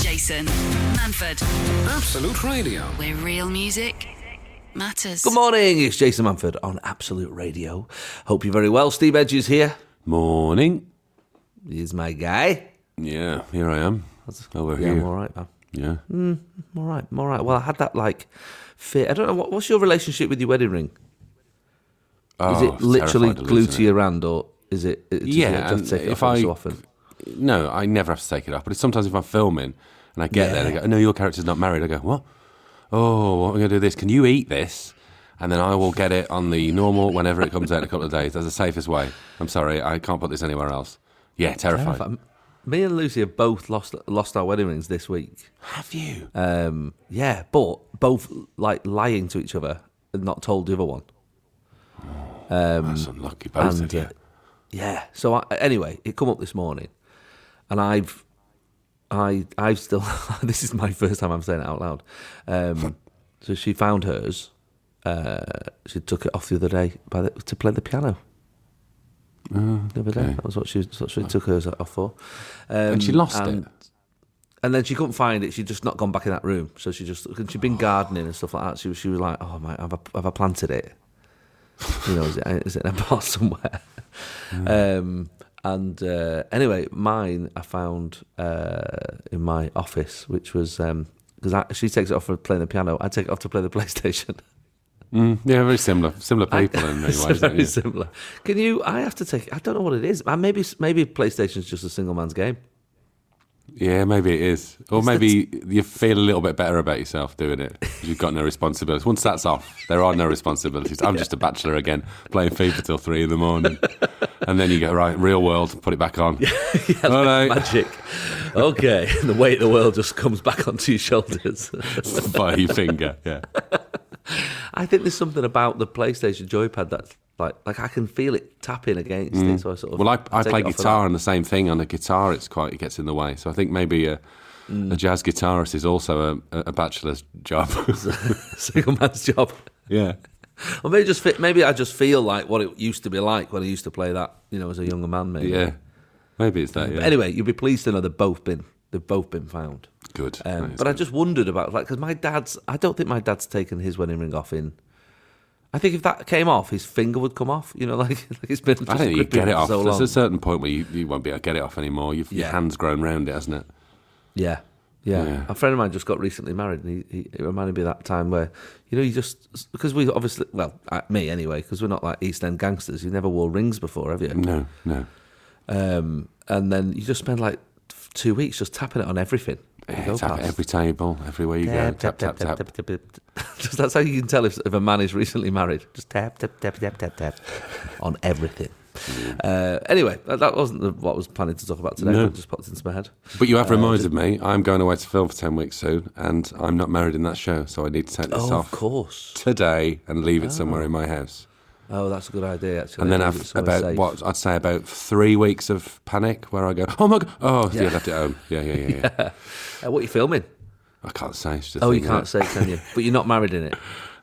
Jason Manford. Absolute Radio. Where real music matters. Good morning, it's Jason Manford on Absolute Radio. Hope you're very well. Steve Edge is here. Morning. He's my guy. Yeah, here I am. Over Yeah, I'm here. all right, man. Yeah. I'm all right, I'm all right. Well, I had that like fit. I don't know. What, what's your relationship with your wedding ring? Oh, Is it it's literally terrified of glued losing to it. your hand, or is it? it does Yeah, you have to and take it if off every I- so often. No, I never have to take it off. But it's sometimes if I'm filming and I get there and I go, no, your character's not married, I go, what? Oh, what am I going to do this? Can you eat this? And then I will get it on the normal whenever it comes out in a couple of days. That's the safest way. I'm sorry, I can't put this anywhere else. Yeah, terrified. Terrifying. Me and Lucy have both lost lost our wedding rings this week. Have you? Um, yeah, but both like lying to each other and not told the other one. That's unlucky, both and, of you. uh, yeah. So I, anyway, it come up this morning, and I've, I, I've still. this is my first time I'm saying it out loud. Um, so she found hers. Uh, she took it off the other day by the, to play the piano. the other day, that was what she, that's what she took hers off for. Um, and she lost and- it. and then she couldn't find it. She'd just not gone back in that room. So she just, and she'd been gardening and stuff like that. She was, she was like, oh, mate, have I, have I planted it? You know, is it, is it in a pot somewhere? Um, and uh, anyway, mine I found uh, in my office, which was, because I she takes it off for playing the piano, I take it off to play the PlayStation. Yeah, very similar. Similar people in many It's ways. don't very you? similar. Can you, I have to take, I don't know what it is. Uh, Maybe, maybe PlayStation's just a single man's game. Yeah, maybe it is. Or that- maybe you feel a little bit better about yourself doing it. 'cause You've got no responsibilities. Once that's off, there are no responsibilities. I'm just a bachelor again, playing FIFA till three in the morning. And then you go, right, real world, put it back on. Oh, All right, Magic. Okay, the weight of the world just comes back onto your shoulders. by your finger. Yeah. I think there's something about the PlayStation joypad that's like, like I can feel it tapping against it. So Mm. I sort of Well, I, I take play it off of guitar and the same thing. On the guitar, it's quite, it gets in the way. So I think maybe a, a Mm. jazz guitarist is also a, a bachelor's job. that single man's job. yeah. Or maybe just fit, maybe I just feel like what it used to be like when I used to play that, you know, as a younger man. Maybe. Yeah. Maybe it's that. Mm, But Yeah. Anyway, you'll be pleased to know they've both been they've both been found. Good. Um, That is but I good. just wondered about like because my dad's. I don't think my dad's taken his wedding ring off in. I think if that came off, his finger would come off. You know, like, like it's been. I just don't think you gripping get it for off. So There's long. a certain point where you, you won't be able to get it off anymore. You've, Your Yeah. hand's grown round it, hasn't it? Yeah. Yeah. Yeah. a friend of mine just got recently married, and he, he it reminded me of that time where, you know, you just because we obviously, well, uh, me anyway, because we're not like East End gangsters. You never wore rings before, have you? No, no. Um, and then you just spend like f- two weeks just tapping it on everything. you Yeah, go tap at past. every table, everywhere you go. Tap, tap, tap. tap, tap. Just that's how you can tell if, if a man is recently married. Just tap, tap, tap, tap, tap, tap on everything. Uh, anyway, that, that wasn't the, what I was planning to talk about today. No. But it just popped into my head. But you have reminded me, I'm going away to film for 10 weeks soon, and I'm not married in that show, so I need to take this Oh, of off course. Ah. today and leave it somewhere in my house. Oh, that's a good idea. Actually, And then Leave it I've somewhere about, safe. what, I'd say about three weeks of panic where I go, oh my God, oh, yeah, I left it at home. Yeah, yeah, yeah, yeah. Uh, what are you filming? I can't say. It's just Oh, a you thing, can't innit? say, can you? But you're not married in it.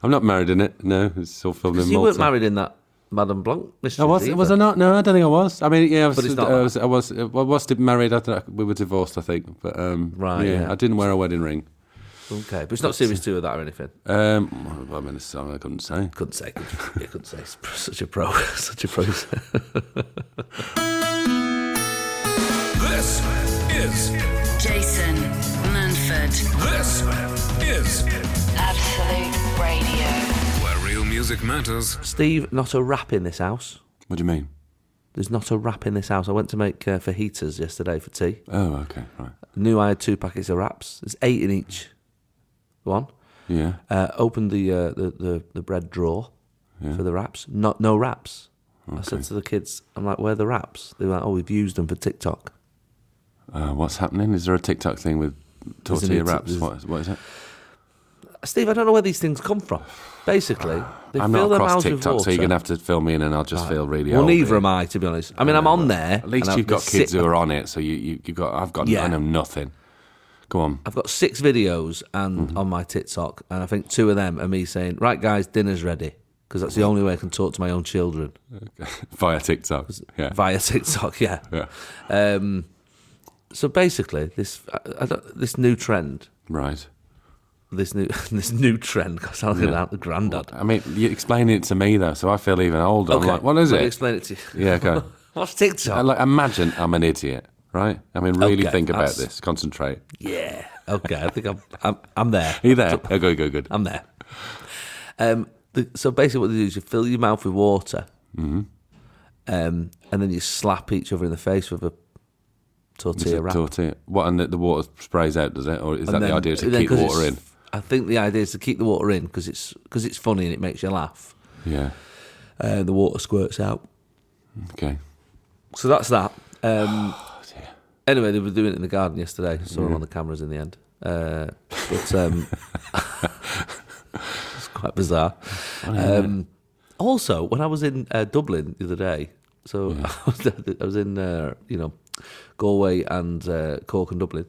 I'm not married in it, no. It's all filmed in you weren't Malta. married in that Madame Blanc mystery. I was. either. Was I not? No, I don't think I was. I mean, yeah, I was. But it's not I like was. I was, uh, I was married. I think we were divorced. I think. But um, Right, Yeah, yeah. I didn't wear a wedding ring. Okay, but it's not series two of that or anything. Um, I mean, it's, I couldn't say. Couldn't say. Could, yeah, couldn't say. It's pr- such a pro. such a pro. This is Jason Manford. this is Absolute Radio. where real music matters. Steve, not a rap in this house. What do you mean? There's not a wrap in this house. I went to make uh, fajitas yesterday for tea. Oh, okay, right. Knew I had two packets of wraps. There's eight in each one. Yeah. Uh, opened the, uh, the the the bread drawer for the wraps. Not no wraps. I said to the kids, I'm like, where are the wraps? They were like, oh, we've used them for TikTok. Uh, what's happening? Is there a TikTok thing with new tortilla t- wraps? there's- What is, what is it? Steve, I don't know where these things come from. Basically, they I'm not fill their across mouths with TikTok, water. so you're gonna have to fill me in, and I'll just feel really. well, old. neither am I, to be honest. I mean, I'm on there. At least and you've I've got got kids si- who are on it, so you, you you've got. I've got. Yeah. I know nothing. Go on. I've got six videos and Mm-hmm. on my TikTok, and I think two of them are me saying, "Right, guys, dinner's ready," because that's the only way I can talk to my own children Via TikTok. Yeah. via TikTok. Yeah. yeah. Um, So basically, this I, I don't, this new trend, Right. this new this new trend, because I look at that, granddad. I mean, you explain it to me though, so I feel even older. I'm like, what is let me it? explain it to you. Yeah, go. What's I, TikTok? like, imagine I'm an idiot, right? I mean, really Okay, think about that's- this. Concentrate. yeah. Okay, I think I'm I'm, I'm there. Are you there? Oh, good, good, good. I'm there. Um, the, so basically, what they do is you fill your mouth with water, Mm-hmm. um, and then you slap each other in the face with a Is tortilla it wrap. tortilla? What, and the, the water sprays out, does it? Or is that And the then- idea to then keep 'cause water in? it's- I think the idea is to keep the water in because it's because it's funny and it makes you laugh. Yeah. Uh, the water squirts out. Okay. So that's that. Um, anyway, they were doing it in the garden yesterday. Saw them on the cameras in the end. Uh, but um, it's quite bizarre. Um, also, when I was in uh, Dublin the other day, so I, was, I was in uh, you know Galway and uh, Cork and Dublin.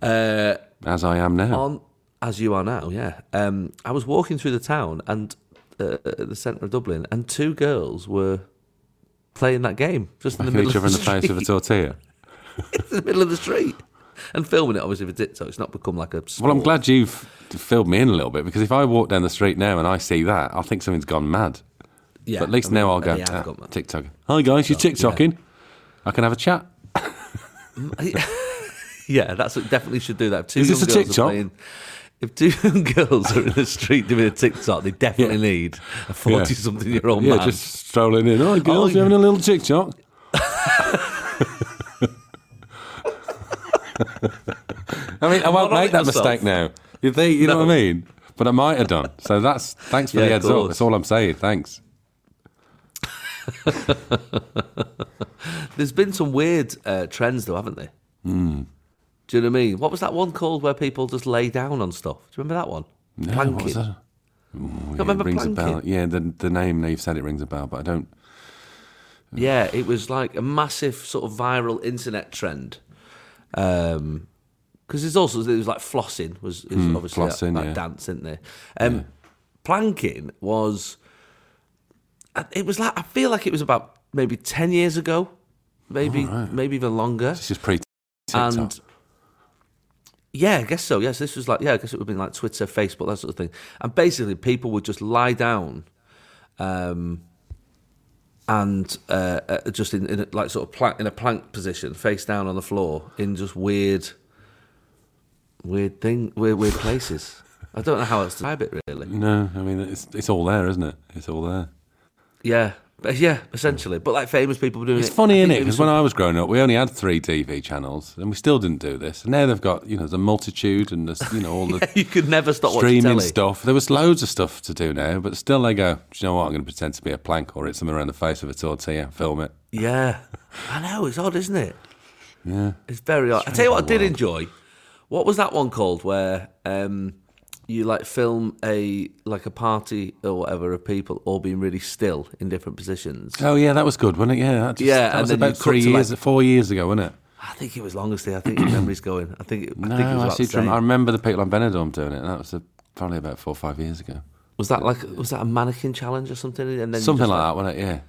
Uh, As I am now. on as you are now, yeah. Um, I was walking through the town and uh, at the centre of Dublin, and two girls were playing that game just in the Hit middle each of other the, in the face with a street. tortilla. in the middle of the street and filming it. Obviously for TikTok, it's not become like a. Well, I'm sport. glad you've filled me in a little bit because if I walk down the street now and I see that, I think something's gone mad. Yeah, But at least I mean, now I'll go they have ah, got that. TikTok. Hi guys, you're TikToking. I can have a chat. yeah, that's what definitely should do that. If Two Is this a young girls TikTok? Are playing, if two young girls are in the street doing a TikTok, they definitely Yeah. need a forty-something-year-old Yeah, man. just strolling in. Hi girls, Oh, you having a little TikTok? I mean, I won't not on make it that myself. mistake now. You think you know what I mean? But I might have done. So that's thanks for Yeah, the of heads up. course. That's all I'm saying. Thanks. There's been some weird uh, trends, though, haven't there? Mm. Hmm. Do you know what I mean? What was that one called where people just lay down on stuff? Do you remember that one? No, Planking. what was that? Oh, yeah, remember it rings a bell. planking? Yeah, the the name now you've said it rings a bell, but I don't. Yeah, it was like a massive sort of viral internet trend. Um, because there's also there was like flossing was, is obviously that- Hmm, flossing, that, yeah. dance, isn't there? Um, Planking was. uh, It was like I feel like it was about maybe ten years ago, maybe maybe even longer. It's just pre TikTok. And yeah, I guess so. Yes, this was like yeah, I guess it would have been like Twitter, Facebook, that sort of thing. And basically, people would just lie down, um, and uh, uh, just in, in a, like sort of plank, in a plank position, face down on the floor, in just weird, weird thing, weird weird places. I don't know how else to describe it really. no, I mean it's it's all there, isn't it? It's all there. Yeah, but yeah, essentially. But like famous people were doing It's it. funny, I isn't think it? Because was when I was growing up, we only had three TV channels, and we still didn't do this. And now they've got you know the multitude and the you know all the you could never stop watching streaming telly. stuff. There was loads of stuff to do now, but still they go. Do you know what? I'm going to pretend to be a plank or hit someone around the face with a tortilla, film it. Yeah, I know it's odd, isn't it? Yeah, it's very odd. I tell you what, I did enjoy. What was that one called where um, you like film a like a party or whatever of people all being really still in different positions? Oh yeah, that was good, wasn't it? Yeah, that just, Yeah, That and was then you about cut three to, like- years, four years ago, wasn't it? I think it was longest day. I think your memory's going. I think. It, I No, think it was I, about see. the same. I remember the people on Benidorm doing it. and That was uh probably about four or five years ago. Was that like was that a mannequin challenge or something? And then you Something just, like that, wasn't it? Yeah.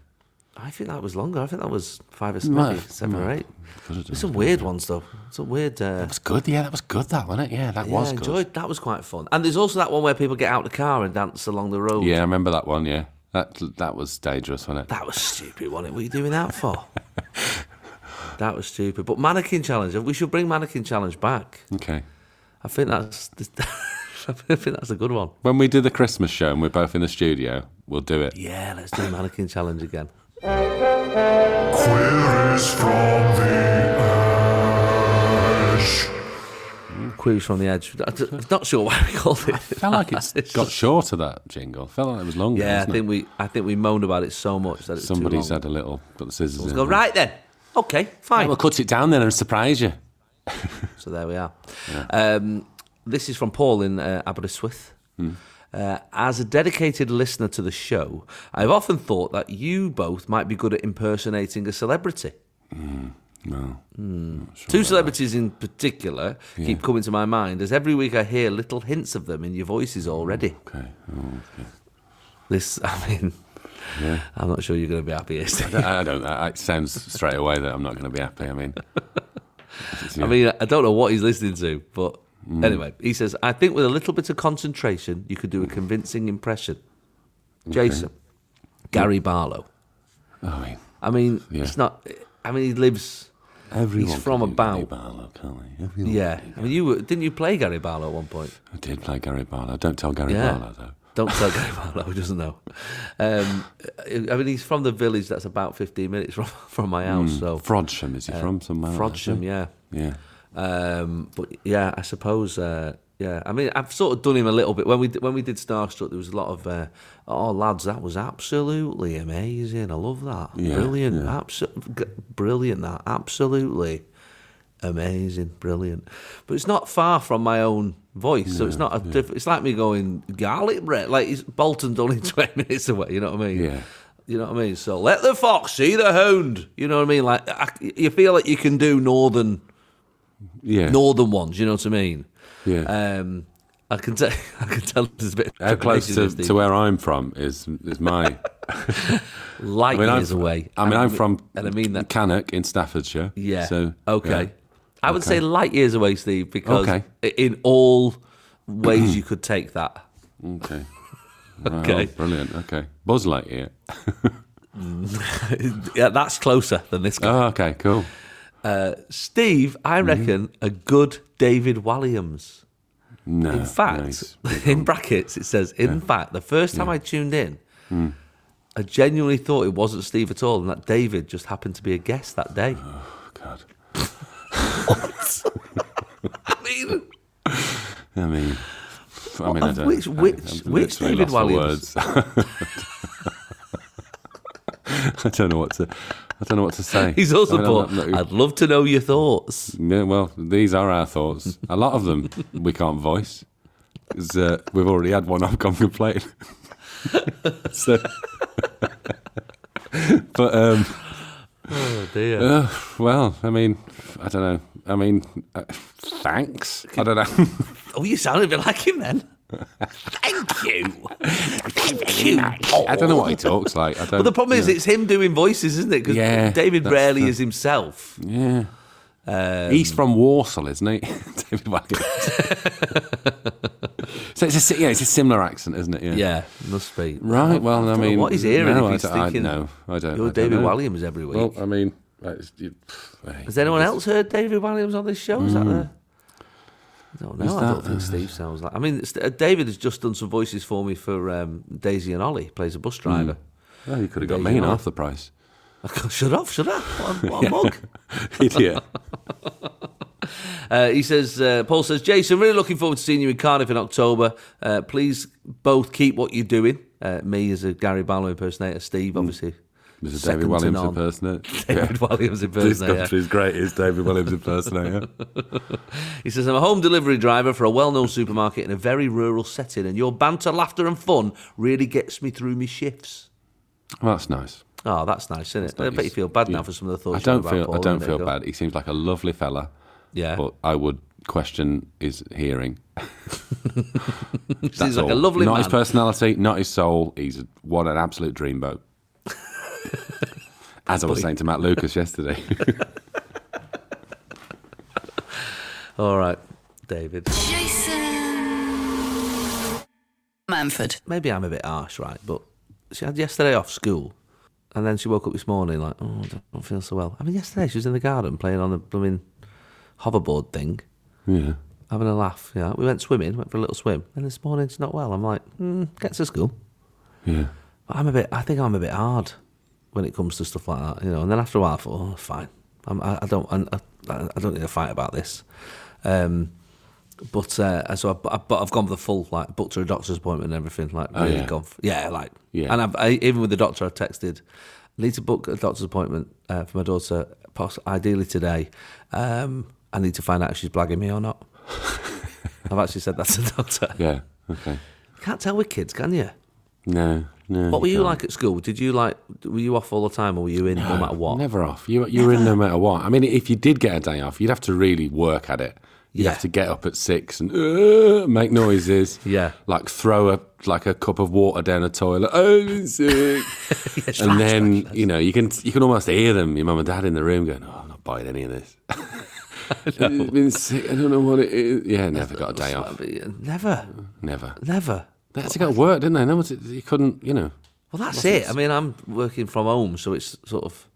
I think that was longer. I think that was five or Might maybe have- seven or might eight. Could have done. There's some weird ones though. Some weird. Uh, That was good. Yeah, that was good. That wasn't it? Yeah, that yeah, was I good. enjoyed. That was quite fun. And there's also that one where people get out the car and dance along the road. Yeah, I remember that one. Yeah, that that was dangerous, wasn't it? That was stupid, wasn't it? What are you doing that for? that was stupid. But mannequin challenge, we should bring mannequin challenge back. Okay. I think that's, I think that's a good one. When we do the Christmas show and we're both in the studio, we'll do it. Yeah, let's do mannequin challenge again. Queries from the Ash. Queries from the edge. I'm not sure why we called it. I felt like it's got shorter that jingle. felt like it was longer. yeah, I wasn't think it? we, I think we moaned about it so much that it's somebody's too long. had a little put the scissors in. Go right then. Okay, fine. We'll cut it down then and surprise you. So there we are. Um, this is from Paul in uh, Aberystwyth. Uh, as a dedicated listener to the show, I've often thought that you both might be good at impersonating a celebrity. No. Two celebrities in particular keep coming to my mind as every week I hear little hints of them in your voices already. Okay. This, I mean, I'm not sure you're going to be happy. Is I I don't. I, it sounds straight away that I'm not going to be happy. I mean, yeah. Mm. I mean, I don't know what he's listening to, but anyway, he says, I think with a little bit of concentration, you could do a convincing impression. Jason, Gary Barlow. Oh, I mean, I mean, Yeah. it's not, I mean, he lives, everyone. He's from can do Gary about- Barlow, can't they? Everyone yeah. can do I mean, you were, didn't you play Gary Barlow at one point? I did play Gary Barlow. Don't tell Gary Yeah. Barlow though. Don't tell Gary Barlow, he doesn't know. Um, I mean, he's from the village that's about 15 minutes from, from my house, so. uh, Frodsham is he Mm. from somewhere? like that, Frodsham, yeah. Yeah. Um, but yeah, I suppose. Uh, yeah, I mean, I've sort of done him a little bit when we when we did Starstruck. There was a lot of uh, oh lads, that was absolutely amazing. I love that. Yeah, brilliant, yeah. abso- g- brilliant. That absolutely amazing, brilliant. But it's not far from my own voice, so it's not a. Diff- it's like me going garlic bread. Like it's Bolton's only twenty minutes away. You know what I mean? Yeah. You know what I mean? So let the fox see the hound. You know what I mean? Like I, you feel like you can do northern Yeah. northern ones. You know what I mean? yeah. Um, I can tell. I can tell there's a bit. How close to, trepidation, to where I'm from is is my. I lightning mean, I'm, is away. I mean, I'm from and I mean that. Cannock in Staffordshire. Yeah. So okay. yeah. I would Okay. say light years away, Steve, because Okay. i- in all ways you could take that. Okay. Right, Okay. oh, brilliant. Okay. Buzz Lightyear. yeah, that's closer than this guy. Oh, okay. Cool. Steve, I mm-hmm. reckon a good David Walliams. No. In fact, Ah, nice. in brackets, it says, in fact, the first time I tuned in, Hmm. I genuinely thought it wasn't Steve at all and that David just happened to be a guest that day. Ah. Oh, God. I mean, I mean. I mean, I of don't, which- I- which- I'm which literally David lost for words. I don't know what to. I don't know what to say. he's also I mean, I'm bought. not- not- I'd love to know your thoughts. Yeah, well, these are our thoughts. A lot of them we can't voice 'cause, uh, we've already had one. I've gone complain. so, but um, Oh dear. uh, well, I mean, I don't know. I mean, uh, thanks. I don't know. oh, you sound a bit like him then. Thank you. Thank you. I don't know what he talks like. I don't. But the problem is, yeah. it's him doing voices, isn't it? Because Yeah, David that's rarely the- is himself. yeah. Um, He's from Warsaw, isn't he, David Watkins? so it's a si- yeah, it's a similar accent, isn't it? Yeah, must be. Right. Well, I, don't know mean, what he's hearing No, if I he's don't- I, thinking, no, I don't. I You're don't David know. Walliams every week. Well, I mean, that's, you, hey, Has anyone else heard David Williams on this show? Hmm. Is that the? I don't know. I don't think Steve sounds like. I mean, it's- uh, David has just done some voices for me for um, Daisy and Ollie. Plays a bus Hmm. driver. well, you could have There got you me in are. half the price. shut up! Shut up! What a, what a mug. Idiot. Uh, he says, uh, Paul says, Jason, really looking forward to seeing you in Cardiff in October. Uh, please both keep what you're doing. Uh, me as a Gary Barlow impersonator, Steve, obviously. Hmm. There's a second David to Williams none. impersonator. David Williams This impersonator. country's greatest David Williams impersonator. He says, I'm a home delivery driver for a well known supermarket in a very rural setting, and your banter, laughter, and fun really gets me through my shifts. well, that's nice. Oh, that's nice, isn't it? I nice. bet you feel bad Yeah. now for some of the I thoughts. you don't had feel. about I Paul a don't minute feel ago. bad. He seems like a lovely fella, Yeah. but I would question his hearing. He's like a lovely not man. his personality, not his soul. He's what an absolute dreamboat. As I was saying to Matt Lucas yesterday. All right, David. Jason Manford. maybe I'm a bit harsh, right? But she had yesterday off school, and then she woke up this morning like, oh, I don't- don't feel so well. I mean, yesterday she was in the garden playing on the blooming hoverboard thing, yeah. having a laugh. Yeah, we went swimming, went for a little swim, and this morning she's not well. I'm like, mm, get to school. Yeah. But I'm a bit. I think I'm a bit hard when it comes to stuff like that, you know. And then after a while, I thought, oh, fine. I'm, I, I don't. I, I I don't need to fight about this. Um, but uh, so I, I, but I've gone for the full like booked her a doctor's appointment and everything. Like Oh, really yeah. gone. For, yeah, like Yeah. And I've, I even with the doctor, I texted. Need to book a doctor's appointment uh, for my daughter, poss- ideally today. Um, I need to find out if she's blagging me or not. I've actually said that to the doctor. Yeah. Okay. Can't tell with kids, can you? No. No. What were you can't. like at school? Did you like were you off all the time or were you in no, matter what? Never off. You you were in no matter what. I mean, if you did get a day off, you'd have to really work at it. You'd Yeah. have to get up at six and uh, make noises. Yeah. like throw a like a cup of water down a toilet. Oh, I'm sick. and then you know you can you can almost hear them, your mum and dad in the room going, "Oh, I'm not buying any of this." It's been sick. I don't know what it is. Yeah, never got a day That'd off. be- Never, Never. never. They had to go to work, didn't they? No, was it- you couldn't, you know. Well, that's it. I mean, I'm working from home, so it's sort of,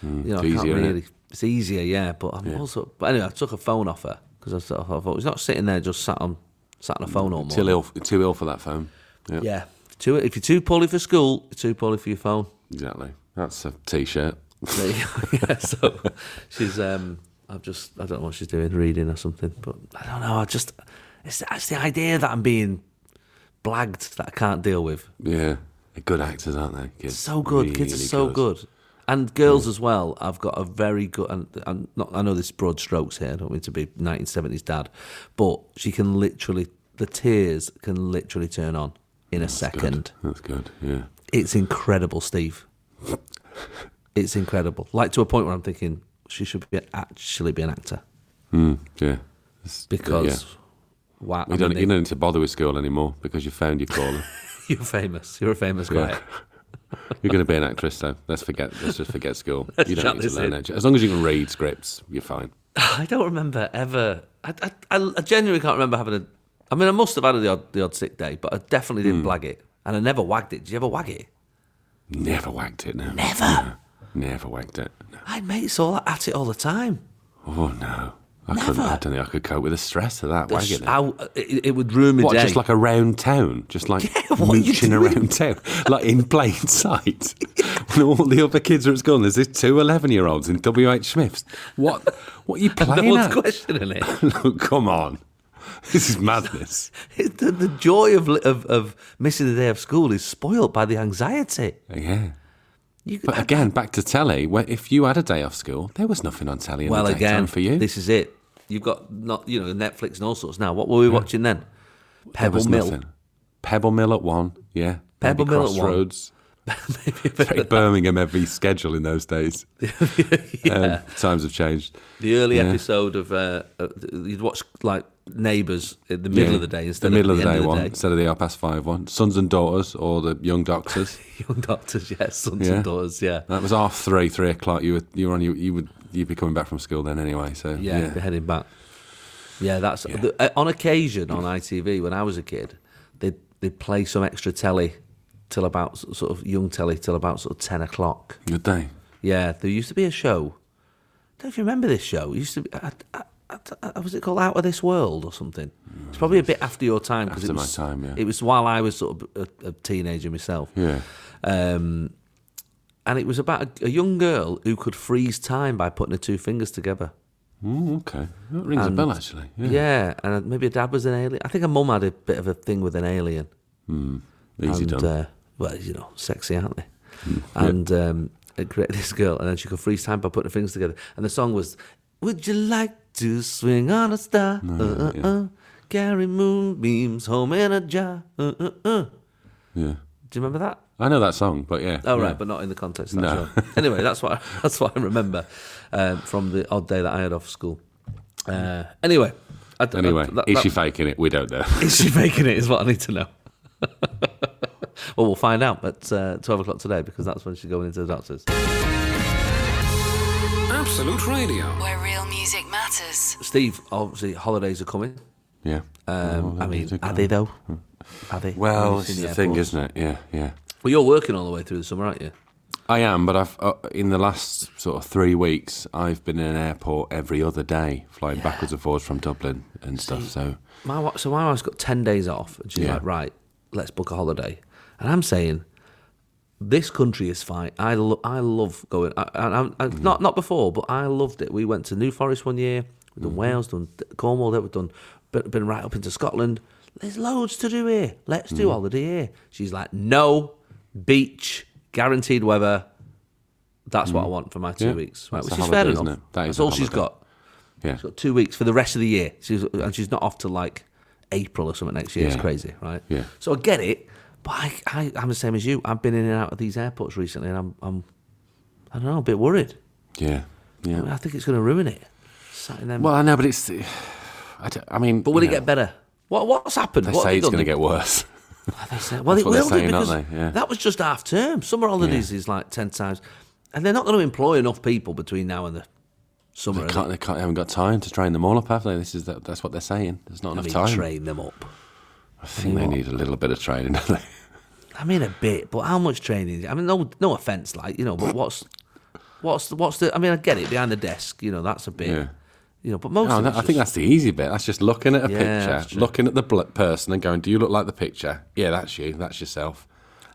you Hmm. it's know, I can't easier, innit? really. It's easier, yeah. But I'm also. But anyway, I took a phone offer because I sort of I thought he's not sitting there just sat on sat on a phone all morning. Too ill, too ill for that phone. Yeah, Yeah. Too, if you're too poorly for school, you're too poorly for your phone. exactly. That's a t-shirt. There you go. yeah, so she's um I've just I don't know what she's doing, reading or something, but I don't know, I just it's that's the idea that I'm being blagged that I can't deal with. Yeah, they're good actors, aren't they? Kids. So good. Kids are Really Mm. so good. And girls as well. I've got a very good and, and not I know this is broad strokes here, I don't mean to be nineteen seventies dad, but she can literally the tears can literally turn on in a second. That's good. Yeah. It's incredible, Steve. It's incredible. Like to a point where I'm thinking she should be actually be an actor Mm, yeah. It's- because wow, yeah. I you don't mean, you don't need to bother with school anymore because you found your calling. you're famous. You're a famous guy. Yeah. You're going to be an actress, so let's forget. Let's just forget school. you chuck don't need to this learn in. it. As long as you can read scripts, you're fine. I don't remember ever. I, I, I, I genuinely can't remember having a. I mean, I must have had the odd, the odd sick day, but I definitely Hmm. didn't blag it, and I never wagged it. Did you ever wag it? Never whacked it. No. Never. Never whacked it. No. I mates all at it all the time. Oh no. I couldn't. I Never. don't think I could cope with the stress of that wagging it. How- uh, it, it would ruin my What, day. just like around town? Just like Yeah, what are you mooching doing? around town, like in plain sight. when all the other kids are at school and there's these two 11 year olds in WH Smith's. What, what are you no playing one's at? questioning it. Look, come on. This is madness. It's the, the joy of, li- of of missing the day of school is spoiled by the anxiety. yeah. You, But I- again, back to telly, where if you had a day off school, there was nothing on telly in well, the daytime again, for you. this is it. You've got not you know Netflix and all sorts now. What were we watching then? there Pebble was Mill. nothing. Pebble Mill at one, yeah. Pebble Maybe Mill at one. Crossroads. Very Birmingham heavy schedule in those days. um, times have changed. The early Yeah. episode of uh, uh, you'd watch like Neighbours in the middle Yeah, of the day instead the middle of the, end day of the one day. instead of the half past five one. Sons and daughters or the young doctors. Young doctors, yeah, sons Yeah. Uh, and daughters, yeah. that was half three, three o'clock. You were you were on you, you would you'd be coming back from school then anyway. So yeah, yeah, they're heading back. Yeah, that's the- uh, on occasion on ITV when I was a kid, they they play some extra telly till about s- sort of young telly till about sort of ten o'clock. good day. Yeah, there used to be a show. I don't know if you remember this show. It used to be, I, I, I, I- was it called Out of This World or something? It's probably a bit after your time. 'cause After it my was, time, yeah. It was while I was sort of a, a teenager myself. Yeah, Um, and it was about a, a young girl who could freeze time by putting her two fingers together. mm, okay, that rings a bell actually. Yeah, Yeah, and maybe her dad was an alien. I think her mum had a bit of a thing with an alien. easy and, done. Hmm. Uh, well, you know, sexy, aren't they? and um, it created this girl, and then she could freeze time by putting her fingers together. And the song was, "Would you like to swing on a star? uh, uh, yeah. uh, carry moonbeams home in a jar." Uh, uh, uh." yeah, Do you remember that? I know that song, but yeah. Oh yeah. right, but not in the context. Of that No. show. Anyway, that's what I, that's what I remember um, from the odd day that I had off school. Uh, anyway. I d- I d- Anyway, that- is that- she faking it? We don't know. is she making it? Is what I need to know. well, we'll find out at uh, 12 o'clock today because that's when she's going into the doctor's. Absolute Radio. Where real music matters. Steve, obviously, holidays are coming. yeah. Oh, Um, I mean, are they though? Are they? well, I've it's seen the the thing, airports. isn't it? Yeah, yeah. Well, you're working all the way through the summer, aren't you? I am, but I've uh, in the last sort of three weeks, I've been in an airport every other day, flying backwards and forwards from Dublin and stuff. So My wi- so my wife's got ten days off, and she's Yeah. like, right, let's book a holiday. And I'm saying, this country is fine. I lo- I love going. I, I, I, I- Mm. Not not before, but I loved it. We went to New Forest one year. We've Mm-hmm. done Wales, done Cornwall. That we've done, but been right up into Scotland. There's loads to do here. Let's Mm. do holiday here. She's like, no, beach, guaranteed weather. That's what I want for my two Mm. Yeah. weeks. Right, That's which a is fair holiday, enough. isn't it? That is That's a all she's holiday. got. yeah, She's got two weeks for the rest of the year. She's and she's not off to like April or something next year. It's Yeah. crazy, right? Yeah. So I get it, but I, I I'm the same as you. I've been in and out of these airports recently, and I'm I'm I don't know a bit worried. yeah, I, yeah. mean, I think it's going to ruin it. Sat in them. Well, I know, but it's. I, don't- I mean, but will you it know, get better? What what's happened? They what have say they it's done? going to get worse. They say- well, it what they're will do saying, aren't because they? Yeah. that was just half term. Summer holidays is like ten times, and they're not going to employ enough people between now and the Summer. They, can't, they, can't, they haven't got time to train them all up, have they? This is the, that's what they're saying. There's not I enough mean, time. train them up. I think they need a little bit of training. don't they? I mean, a bit, but how much training? I mean, no, no offense, like you know, but what's, what's, the, what's the? I mean, I get it behind the desk, you know, that's a bit, Yeah. you know, but most. No, of that, it's I think just- that's the easy bit. That's just looking at a Yeah, that's picture, true. looking at the bl- person, and going, "Do you look like the picture? Yeah, that's you. That's yourself."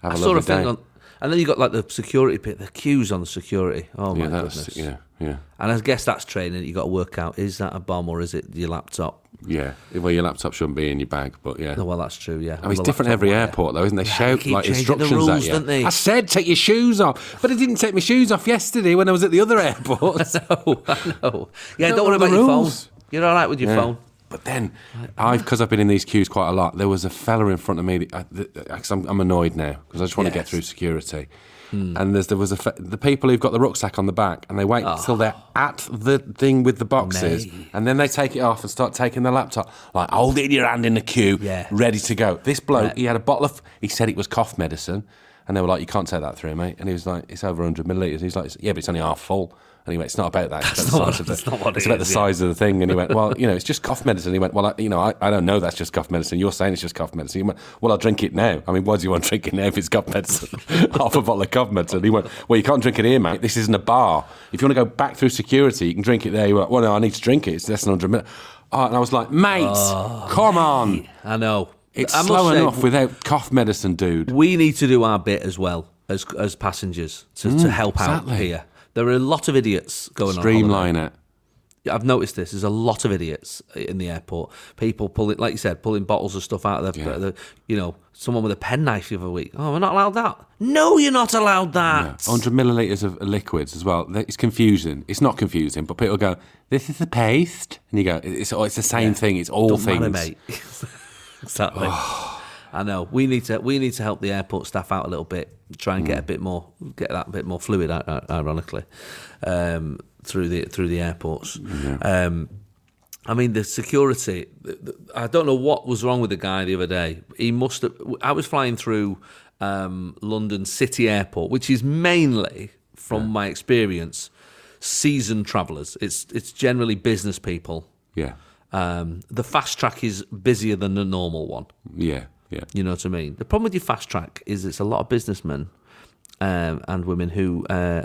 Have I a saw lovely a thing day. on, and then you got like the security bit, the queues on the security. Oh yeah, my that's goodness! yeah, yeah, And I guess that's training. that You got to work out: is that a bomb or is it your laptop? yeah. Well, your laptop shouldn't be in your bag, but yeah. No, well, that's true. Yeah, I mean, it's Well, different laptop every might- airport, though, isn't they? they Shout keep like changing the instructions at rules, you. don't they? I said, take your shoes off, but I didn't take my shoes off yesterday when I was at the other airport. Oh, I know. Yeah, Don't don't know worry the about your phone. rules. You're all right with your Yeah. phone. But then, I've because I've been in these queues quite a lot. There was a fella in front of me. I, th- uh, i I'm, I'm annoyed now because I just want to get Yes. Hmm. through security. And there's, there was a fe- the people who've got the rucksack on the back, and they wait till they're Ah. at the thing with the boxes, Mate. and then they take it off and start taking the laptop. Like hold it in your hand in the queue, Yeah. ready to go. This bloke, Yeah. he had a bottle of. He said it was cough medicine, and they were like, "You can't take that through, mate." And he was like, "It's over 100 milliliters." He's like, "Yeah, but it's only half full." And he went, "It's not about that. It's That's about not the what- size of the- that's not what It's it about the is, size yeah. size of the thing. And he went, Well, you know, it's just cough medicine. He went, Well, I, you know, I, I don't know that's just cough medicine. You're saying it's just cough medicine. He went, Well, I'll drink it now. I mean, why do you want to drink it now if it's cough medicine? Half a bottle of cough medicine. He went, Well, you can't drink it here, mate. This isn't a bar. If you want to go back through security, you can drink it there. He went, Well, no, I need to drink it. It's less than 100 minutes. Oh, and I was like, Mate, come on. I know. It's Oh, I must slow say, enough without cough medicine, dude. we need to do our bit as well as as passengers to, to help out Mm, exactly. here. There are a lot of idiots going on. holiday. Streamline it. I've noticed this. There's a lot of idiots in the airport. People pulling, like you said, pulling bottles of stuff out of their, Yeah. their- you know, someone with a penknife the other week. Oh, we're not allowed that. No, you're not allowed that. 100 millilitres of liquids as well. Th- It's confusing. It's not confusing, but people go, this is the paste. And you go, it's, oh, it's the same thing. It's all Don't things. matter, mate. exactly. I know. We need to we need to help the airport staff out a little bit. Try and get a bit more get that bit more fluid. i- i- Ironically, um, through the through the airports. Um, I mean, the security. th- th- I don't know what was wrong with the guy the other day. He must have. I was flying through um, London City Airport, which is mainly, from my experience, seasoned travellers. It's it's generally business people Yeah. um, the fast track is busier than the normal one. Yeah. Yeah. You know what I mean? The problem with your fast track is it's a lot of businessmen um, and women who uh,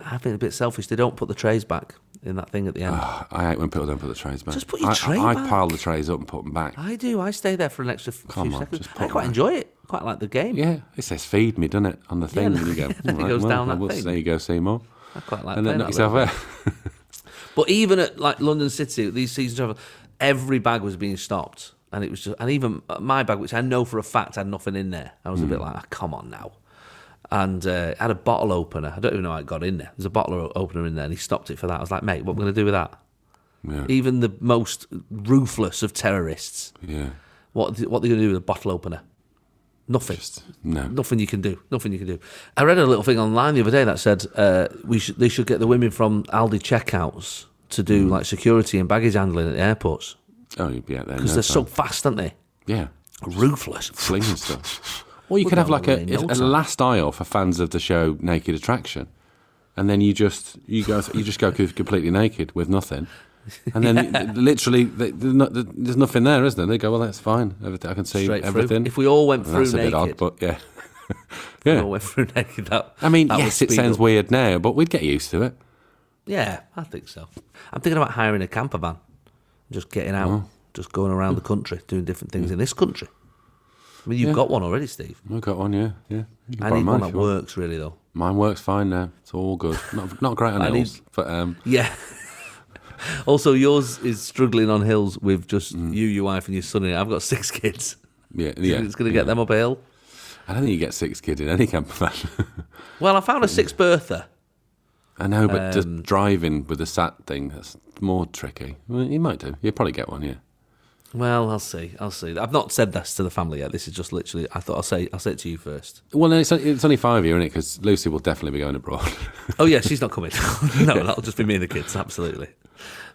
have been a bit selfish. They don't put the trays back in that thing at the end. I hate when people don't put the trays back. Just put your I, tray I, back. I pile the trays up and put them back. I do. I stay there for an extra f- few Come on, seconds. just put I quite that. enjoy it. Quite like the game. Yeah. It says feed me, doesn't it? On the thing. no, and you go, yeah, "All it right, goes well, down I that will- thing." There you go, Seymour. I quite like and then playing knock that little yourself out. But even at like London City, these season travel, every bag was being stopped, and it was just, and even uh, my bag, which I know for a fact had nothing in there, I was a bit like, "Ah, come on now. And uh, I had a bottle opener. I don't even know how it got in there. There's a bottle o- opener in there, and he stopped it for that. I was like, mate, what am I going to do with that? Yeah. Even the most ruthless of terrorists, yeah. what what are they going to do with a bottle opener? Nothing. No. Nothing you can do. Nothing you can do. I read a little thing online the other day that said uh, we should they should get the women from Aldi checkouts to do Hmm. like security and baggage handling at the airports Oh, you'd be out there. because no they're so time. fast, aren't they? Yeah. Ruthless. Flinging stuff. Or you We'll could get have on like with a, it in no a time. last aisle for fans of the show Naked Attraction, and then you just you go you just go completely naked with nothing, and then literally th- there's no- there's nothing there, is there? They go, well, that's fine. Everyth- I can see Straight through. everything. If we all went And that's through a bit odd, naked. but yeah, I yeah. went through naked. That, I mean, that would yes, it speed sounds up. weird now, but we'd get used to it. Yeah, I think so. I'm thinking about hiring a camper van, just getting out, Oh. just going around the country, doing different things in this country. I mean, you've Hmm. Yeah. got one already, Steve. I got one, yeah, yeah. You can I borrow need mine one if that you want. works really though. Mine works fine now. It's all good. Not not great on I need- hills, but um, Yeah. also, yours is struggling on hills with just you, your wife, and your son in it. I've got six kids. yeah, Do Mm. you yeah. think It's going to get yeah. them up a hill. I don't think you get six kids in any camper van. Well, I found a six birther. I know, but Um, just driving with a sat thing, that's more tricky. Well, you might do. You'll probably get one, yeah. Well, I'll see. I'll see. I've not said this to the family yet. This is just literally. I thought I'll say. I'll say it to you first. Well, no, it's, it's only five here, isn't it? Because Lucy will definitely be going abroad. Oh yeah, she's not coming. no, that'll just be me and the kids. Absolutely.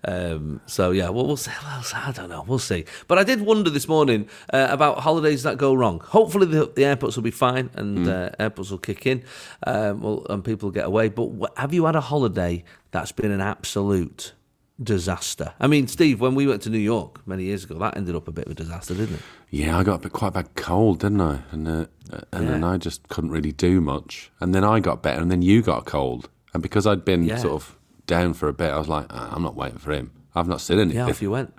Um, so yeah, well, we'll see. What else? I don't know. We'll see. But I did wonder this morning uh, about holidays that go wrong. Hopefully, the, the airports will be fine Mm. and uh, airports will kick in. Um, well, and people will get away. But wh- have you had a holiday that's been an absolute disaster? I mean, Steve, when we went to New York many years ago, that ended up a bit of a disaster, didn't it? yeah, I got a bit, quite a bad cold, didn't I? And uh, and then Yeah. I just couldn't really do much. And then I got better, and then you got a cold. And because I'd been Yeah. sort of down for a bit, I was like, "Ah, I'm not waiting for him. I've not said anything. Yeah, off you went.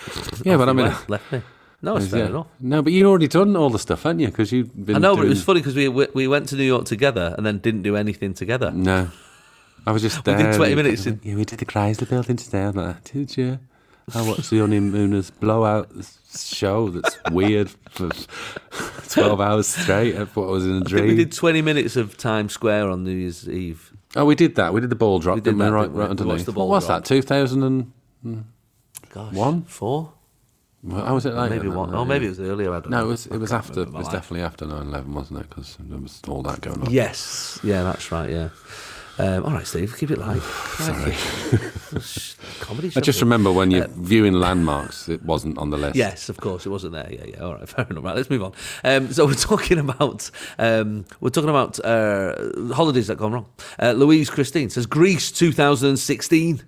Yeah, but I mean, left, left me. No, it's fair yeah. enough. no, but you'd already done all the stuff, hadn't you? Because you'd been. I know, but it doing- was funny because we, we we went to New York together and then didn't do anything together. No. I was just We there. did 20 and- minutes in- Yeah, we did the Chrysler building today. I'm like, did you? I watched the Honeymooners blowout show that's weird for 12 hours straight. I thought I was in a I think dream. we did 20 minutes of Times Square on New Year's Eve. oh, we did that. We did the ball drop, We did did not we? that, Right, right didn't we? We watched underneath. the ball what was drop. that? 2000 and. Gosh, One? four, How was it later? maybe than one. that, Oh, yeah. maybe it was earlier. I don't No, know. it was, I it was can't after. It remember was my life. definitely after 9 11, wasn't it? Because there was all that going on. Yes, yeah, that's right. Yeah. Um, all right, Steve, keep it light. Sorry, comedy. I show, just really. remember when Uh, you're viewing landmarks, it wasn't on the list. Yes, of course, it wasn't there. Yeah, yeah. All right, fair enough. Right, let's move on. Um, so we're talking about um, we're talking about uh, holidays that gone wrong. Uh, Louise Christine says Greece 2016.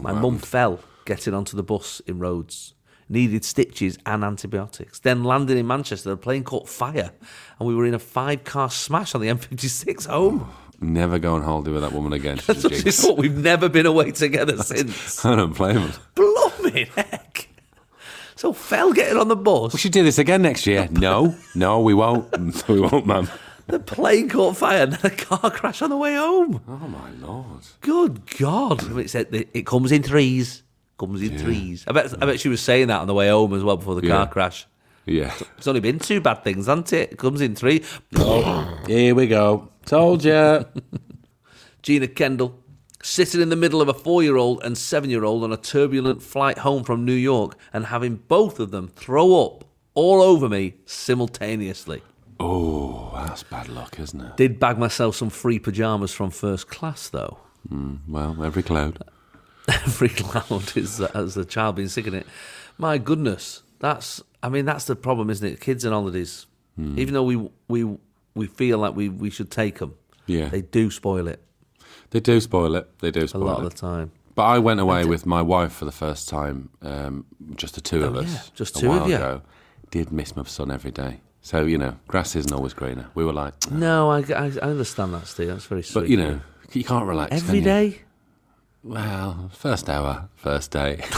My mum fell getting onto the bus in Rhodes. Needed stitches and antibiotics. Then landed in Manchester. The plane caught fire, and we were in a five-car smash on the M56 home. Never go on holiday with that woman again. She's That's a what she jinx. thought. We've never been away together since. I don't blame her. Blooming heck! So fell getting on the bus. We should do this again next year. No, no, we won't. We won't, ma'am. The plane caught fire and then a car crash on the way home. Oh my lord! Good God. I mean, It said that it comes in threes. Comes in threes. I bet, I bet she was saying that on the way home as well before the car Yeah. crash. Yeah. It's only been two bad things, hasn't it? It comes in three. Here we go. Told you. Gina Kendall sitting in the middle of a four year old and seven year old on a turbulent flight home from New York and having both of them throw up all over me simultaneously. oh, that's bad luck, isn't it? Did bag myself some free pajamas from first class though. Well, every cloud. every cloud is as the child being sick in it. My goodness, that's I mean that's the problem, isn't it? Kids and holidays, Hmm. even though we we we feel like we we should take them, Yeah. they do spoil it They do spoil it. They do a spoil lot it. Ah. of the time. But I went away with my wife for the first time, um, just the two of Oh, us. yeah, just a two of while you. Ago. Did miss my son every day. So you know, grass isn't always greener. We were like, No, I, I, I understand that, Steve. That's very sweet. but you know, you can't relax every can you? day. Well, first hour, first day.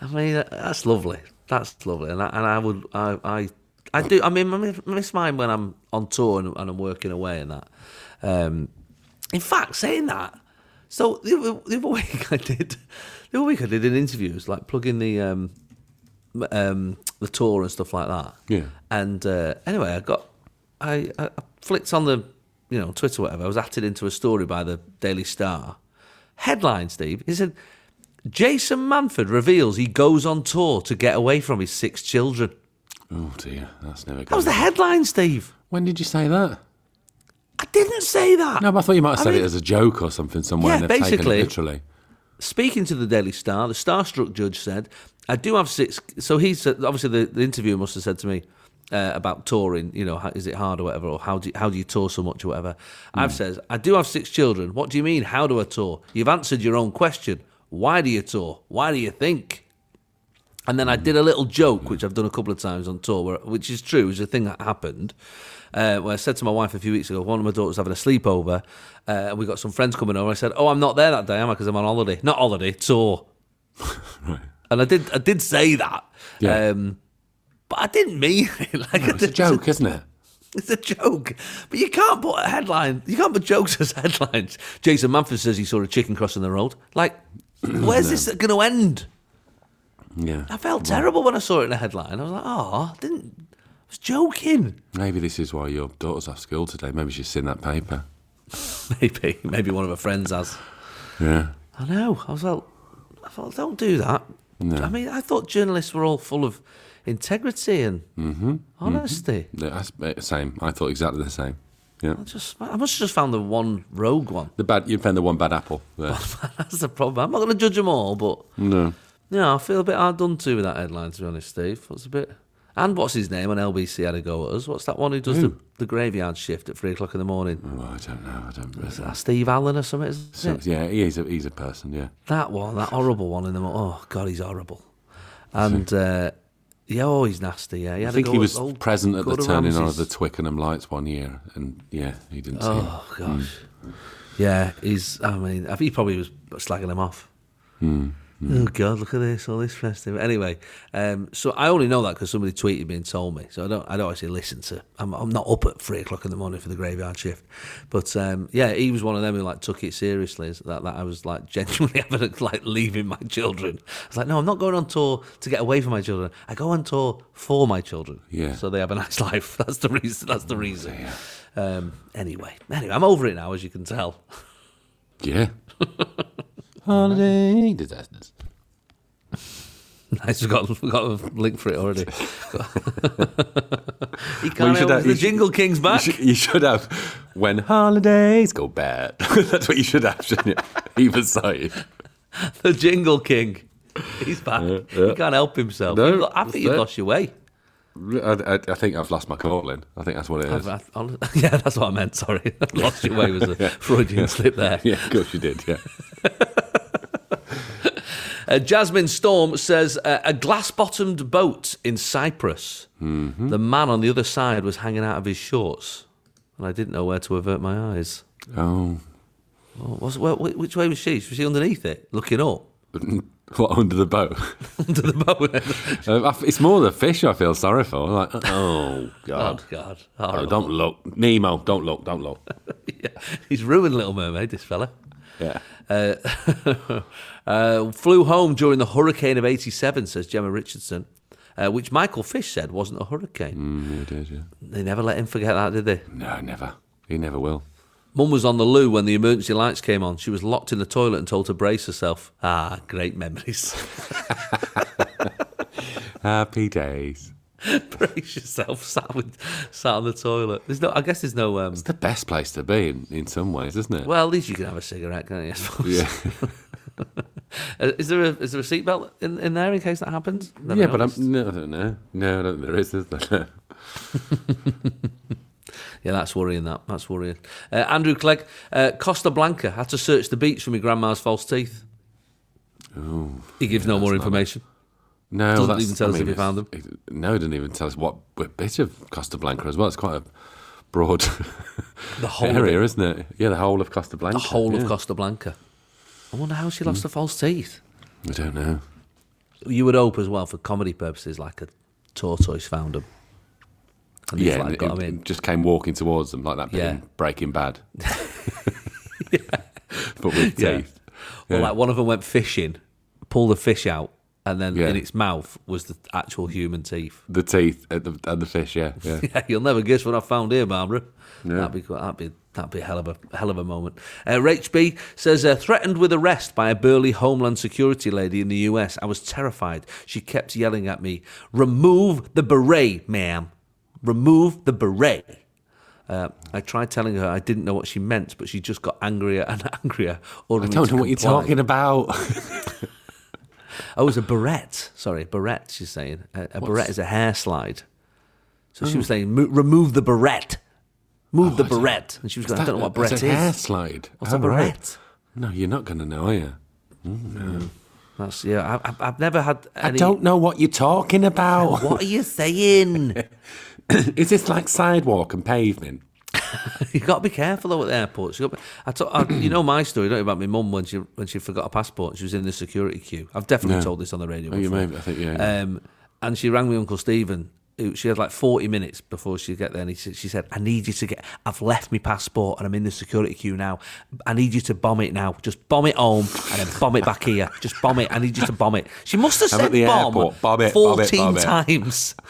I mean, that- that's lovely. That's lovely, and I, and I would, I, I, I do. I mean, I miss- miss mine when I'm on tour and, and I'm working away and that. Um, in fact, saying that, so the, other- the other week I did, the other week I did an interview. It was like plugging the um, m- um, the tour and stuff like that. Yeah. And uh, anyway, I got, I, I I flicked on the, you know, Twitter, or whatever. I was added into a story by the Daily Star. Headline, Steve. He said, Jason Manford reveals he goes on tour to get away from his six children. oh dear, that's never. That was the headline, Steve. When did you say that? I didn't say that. No, but I thought you might have I said mean- it as a joke or something somewhere. Yeah, and they've taken basically. it literally. Speaking to the Daily Star, the starstruck judge said, I do have six. So he said, obviously, the, the interviewer must have said to me uh, about touring, you know, how, is it hard or whatever, or how do, you, how do you tour so much or whatever. I've says, I do have six children. What do you mean? How do I tour? You've answered your own question. Why do you tour? Why do you think? And then I did a little joke, which I've done a couple of times on tour, where, which is true, is a thing that happened. Uh, where I said to my wife a few weeks ago, one of my daughters having a sleepover, uh, and we got some friends coming over. I said, "Oh, I'm not there that day, am I? Because I'm on holiday, not holiday tour." And I did, I did say that, Yeah. um, but I didn't mean it. Like I It's a did- joke, isn't it? It's a joke, but you can't put a headline. You can't put jokes as headlines. Jason Manford says he saw a chicken crossing the road. Like, where's this going to end? Yeah. I felt terrible when I saw it in the headline. I was like, oh, I didn't. I was joking. Maybe this is why your daughter's off school today. Maybe she's seen that paper. Maybe, maybe one of her friends has. Yeah. I know. I was like, I thought, don't do that. I mean, I thought journalists were all full of integrity and honesty. Yeah, that's uh, same. I thought exactly the same. Yeah. I just, I must have just found the one rogue one. The bad, you found the one bad apple there. That's the problem. I'm not going to judge them all, but no. yeah, I feel a bit hard done to with that headline. To be honest, Steve, it's a bit. And what's his name on LBC had a go at us? What's that one who Mm. does the, the graveyard shift at three o'clock in the morning? Well, I don't know. I don't. Is that Steve Allen or something? Isn't So, it? yeah, he's a he's a person. Yeah. That one, that horrible one in the mo- oh god, he's horrible. And uh, yeah, oh, he's nasty. Yeah, he had I think a go he at was old present at the Gordon turning on of Ramsay's- the Twickenham lights one year, and yeah, he didn't see him. Oh gosh, yeah, he's. I mean, I think he probably was slagging him off. Oh god, look at this! All this festive. Anyway, um, so I only know that because somebody tweeted me and told me. So I don't. I don't actually listen to. I'm, I'm not up at three o'clock in the morning for the graveyard shift. But um, yeah, he was one of them who like took it seriously. so That that I was like genuinely having a, like leaving my children. I was like, no, I'm not going on tour to get away from my children. I go on tour for my children. Yeah. So they have a nice life. That's the reason. That's the reason. Um, anyway, anyway, I'm over it now, as you can tell. Yeah. Holiday disasters. nice, we've got, we've got a link for it already. he Well, you can't should have- help it, you the should- Jingle King's You back. should, you should have when holidays go bad. That's what you should have, shouldn't you? Either side. The Jingle King. He's back. yeah. He can't help himself. No, You've got- I that's think you've it. lost your way. I, I, I think I've lost my Cortland. I think that's what it is. I've- uh, I- hon- yeah, that's what I meant. Sorry, lost your way was a Freudian slip there. Yeah, of course you did. Yeah. Uh, Jasmine Storm says uh, a glass-bottomed boat in Cyprus. Mm-hmm. The man on the other side was hanging out of his shorts, and I didn't know where to avert my eyes. Oh, Oh, was, well, wh- which way was she? Was she underneath it, looking up what under the boat? under the boat? Um, I f it's more the fish I feel sorry for. Like, oh oh God, God! Oh, Horrible. don't look, Nemo, don't look, don't look. Yeah. He's ruined Little Mermaid. This fella. Yeah, Uh, uh, flew home during the hurricane of 87, says Gemma Richardson, uh, which Michael Fish said wasn't a hurricane. Mm, you did. Yeah. They never let him forget that, did they? No, never. He never will. Mum was on the loo when the emergency lights came on. She was locked in the toilet and told to brace herself. Ah, great memories. Happy days. brace yourself, sat, with, sat on the toilet. There's no, I guess there's no. Um, It's the best place to be in, in some ways, isn't it? well, at least you can have a cigarette, can't you? I suppose. yeah, Uh, Is there a is there a seatbelt in, in there in case that happens? Never yeah, but I'm, noticed. no, I don't know. No, I don't think there is, is there? Yeah, that's worrying. That that's worrying. Uh, Andrew Clegg, uh, Costa Blanca had to search the beach for my grandma's false teeth. Oh, he gives no more information. No, Doesn't that's- even tell us if he it's- found them. it- no, it didn't even tell us what what bit of Costa Blanca as well. It's quite a broad The whole of area, it. isn't it? Yeah, the whole of Costa Blanca. the whole yeah. Mm. of Costa Blanca. I wonder how she lost the false teeth. I don't know. You would hope as well for comedy purposes, like a tortoise found them. And yeah, Yeah, and like, it, got 'em it in. just came walking towards them like that. bit Yeah. in Breaking Bad. but with Yeah. teeth. Well, Yeah. like one of them went fishing, pulled the fish out, and then Yeah. in its mouth was the actual human teeth. The teeth and the, and the fish. Yeah, yeah. Yeah, you'll never guess what I found here, Barbara. No. That'd be that'd be that'd be a hell of a hell of a moment. Uh, Rach B says uh, threatened with arrest by a burly Homeland Security lady in the U.S. I was terrified. She kept yelling at me, "Remove the beret, ma'am! Remove the beret!" Uh, I tried telling her I didn't know what she meant, but she just got angrier and angrier. I don't know what you're talking about. Oh, it's a barrette. Sorry, barrette, she's saying. A, a barrette is a hair slide. So Oh. she was saying, "Mo- remove the barrette. Move the barrette. And she was going, I don't know what barrette It's is. a hair slide. What's a Oh, right. barrette? No, you're not going to know, are you? That's, yeah, I, I, I've never had I any. don't know what you're talking about. What are you saying? Is this like sidewalk and pavement? you got to be careful though at the airports. You, got to be, I to- I- you know my story, don't you, about my mum when she when she forgot her passport. and She was in the security queue. I've definitely Yeah. told this on the radio. Oh, you before. may- I think, yeah, yeah. Um, and she rang me Uncle Stephen. Who, she had like forty minutes before she get there, and he, said- she said, "I need you to get. I've left my passport, and I'm in the security queue now. I need you to bomb it now. Just bomb it home, and then bomb it back here. Just bomb it. I need you to bomb it." She must have I'm said at the bomb, airport. Bomb it, bomb it, fourteen bomb it. times.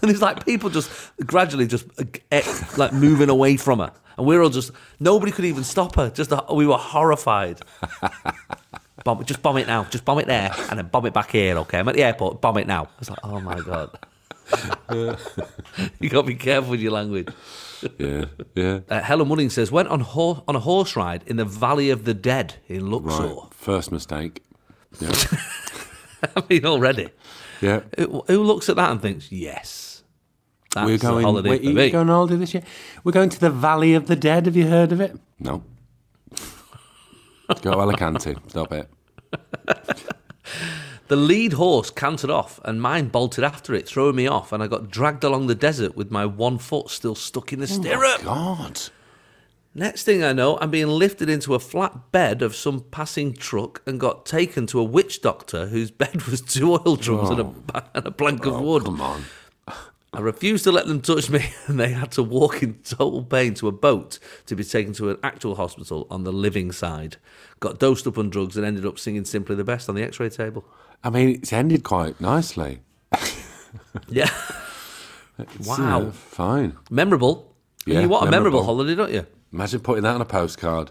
And it's like people just gradually just uh, eh, like moving away from uh, her. And we are all just, nobody could even stop her. Just the, we were horrified. bomb, just bomb it now. Just bomb it there and then bomb it back here, okay? I'm at the airport, bomb it now. I was like, oh my God. you got to be careful with your language. Yeah, yeah. Uh, Helen Mudding says, went on, ho- on a horse ride in the Valley of the Dead in Right. Luxor. First mistake. Yeah. I mean, already. yeah. Who, who looks at that and thinks, yes, that's We're a going. holiday we're, for you me. going on holiday this year? We're going to the Valley of the Dead. Have you heard of it? No. Go to Alicante. Stop it. The lead horse cantered off and mine bolted after it, throwing me off, and I got dragged along the desert with my one foot still stuck in the stirrup. God. Next thing I know, I'm being lifted into a flat bed of some passing truck and got taken to a witch doctor whose bed was two oil drums and, a, and a plank of wood. Oh. Come on. I refused to let them touch me, and they had to walk in total pain to a boat to be taken to an actual hospital on the living side. Got dosed up on drugs and ended up singing Simply the Best on the x ray table. I mean, it's ended quite nicely. Yeah. It's, wow. uh, fine. Memorable. Yeah, you want a memorable memorable. holiday, don't you? Imagine putting that on a postcard.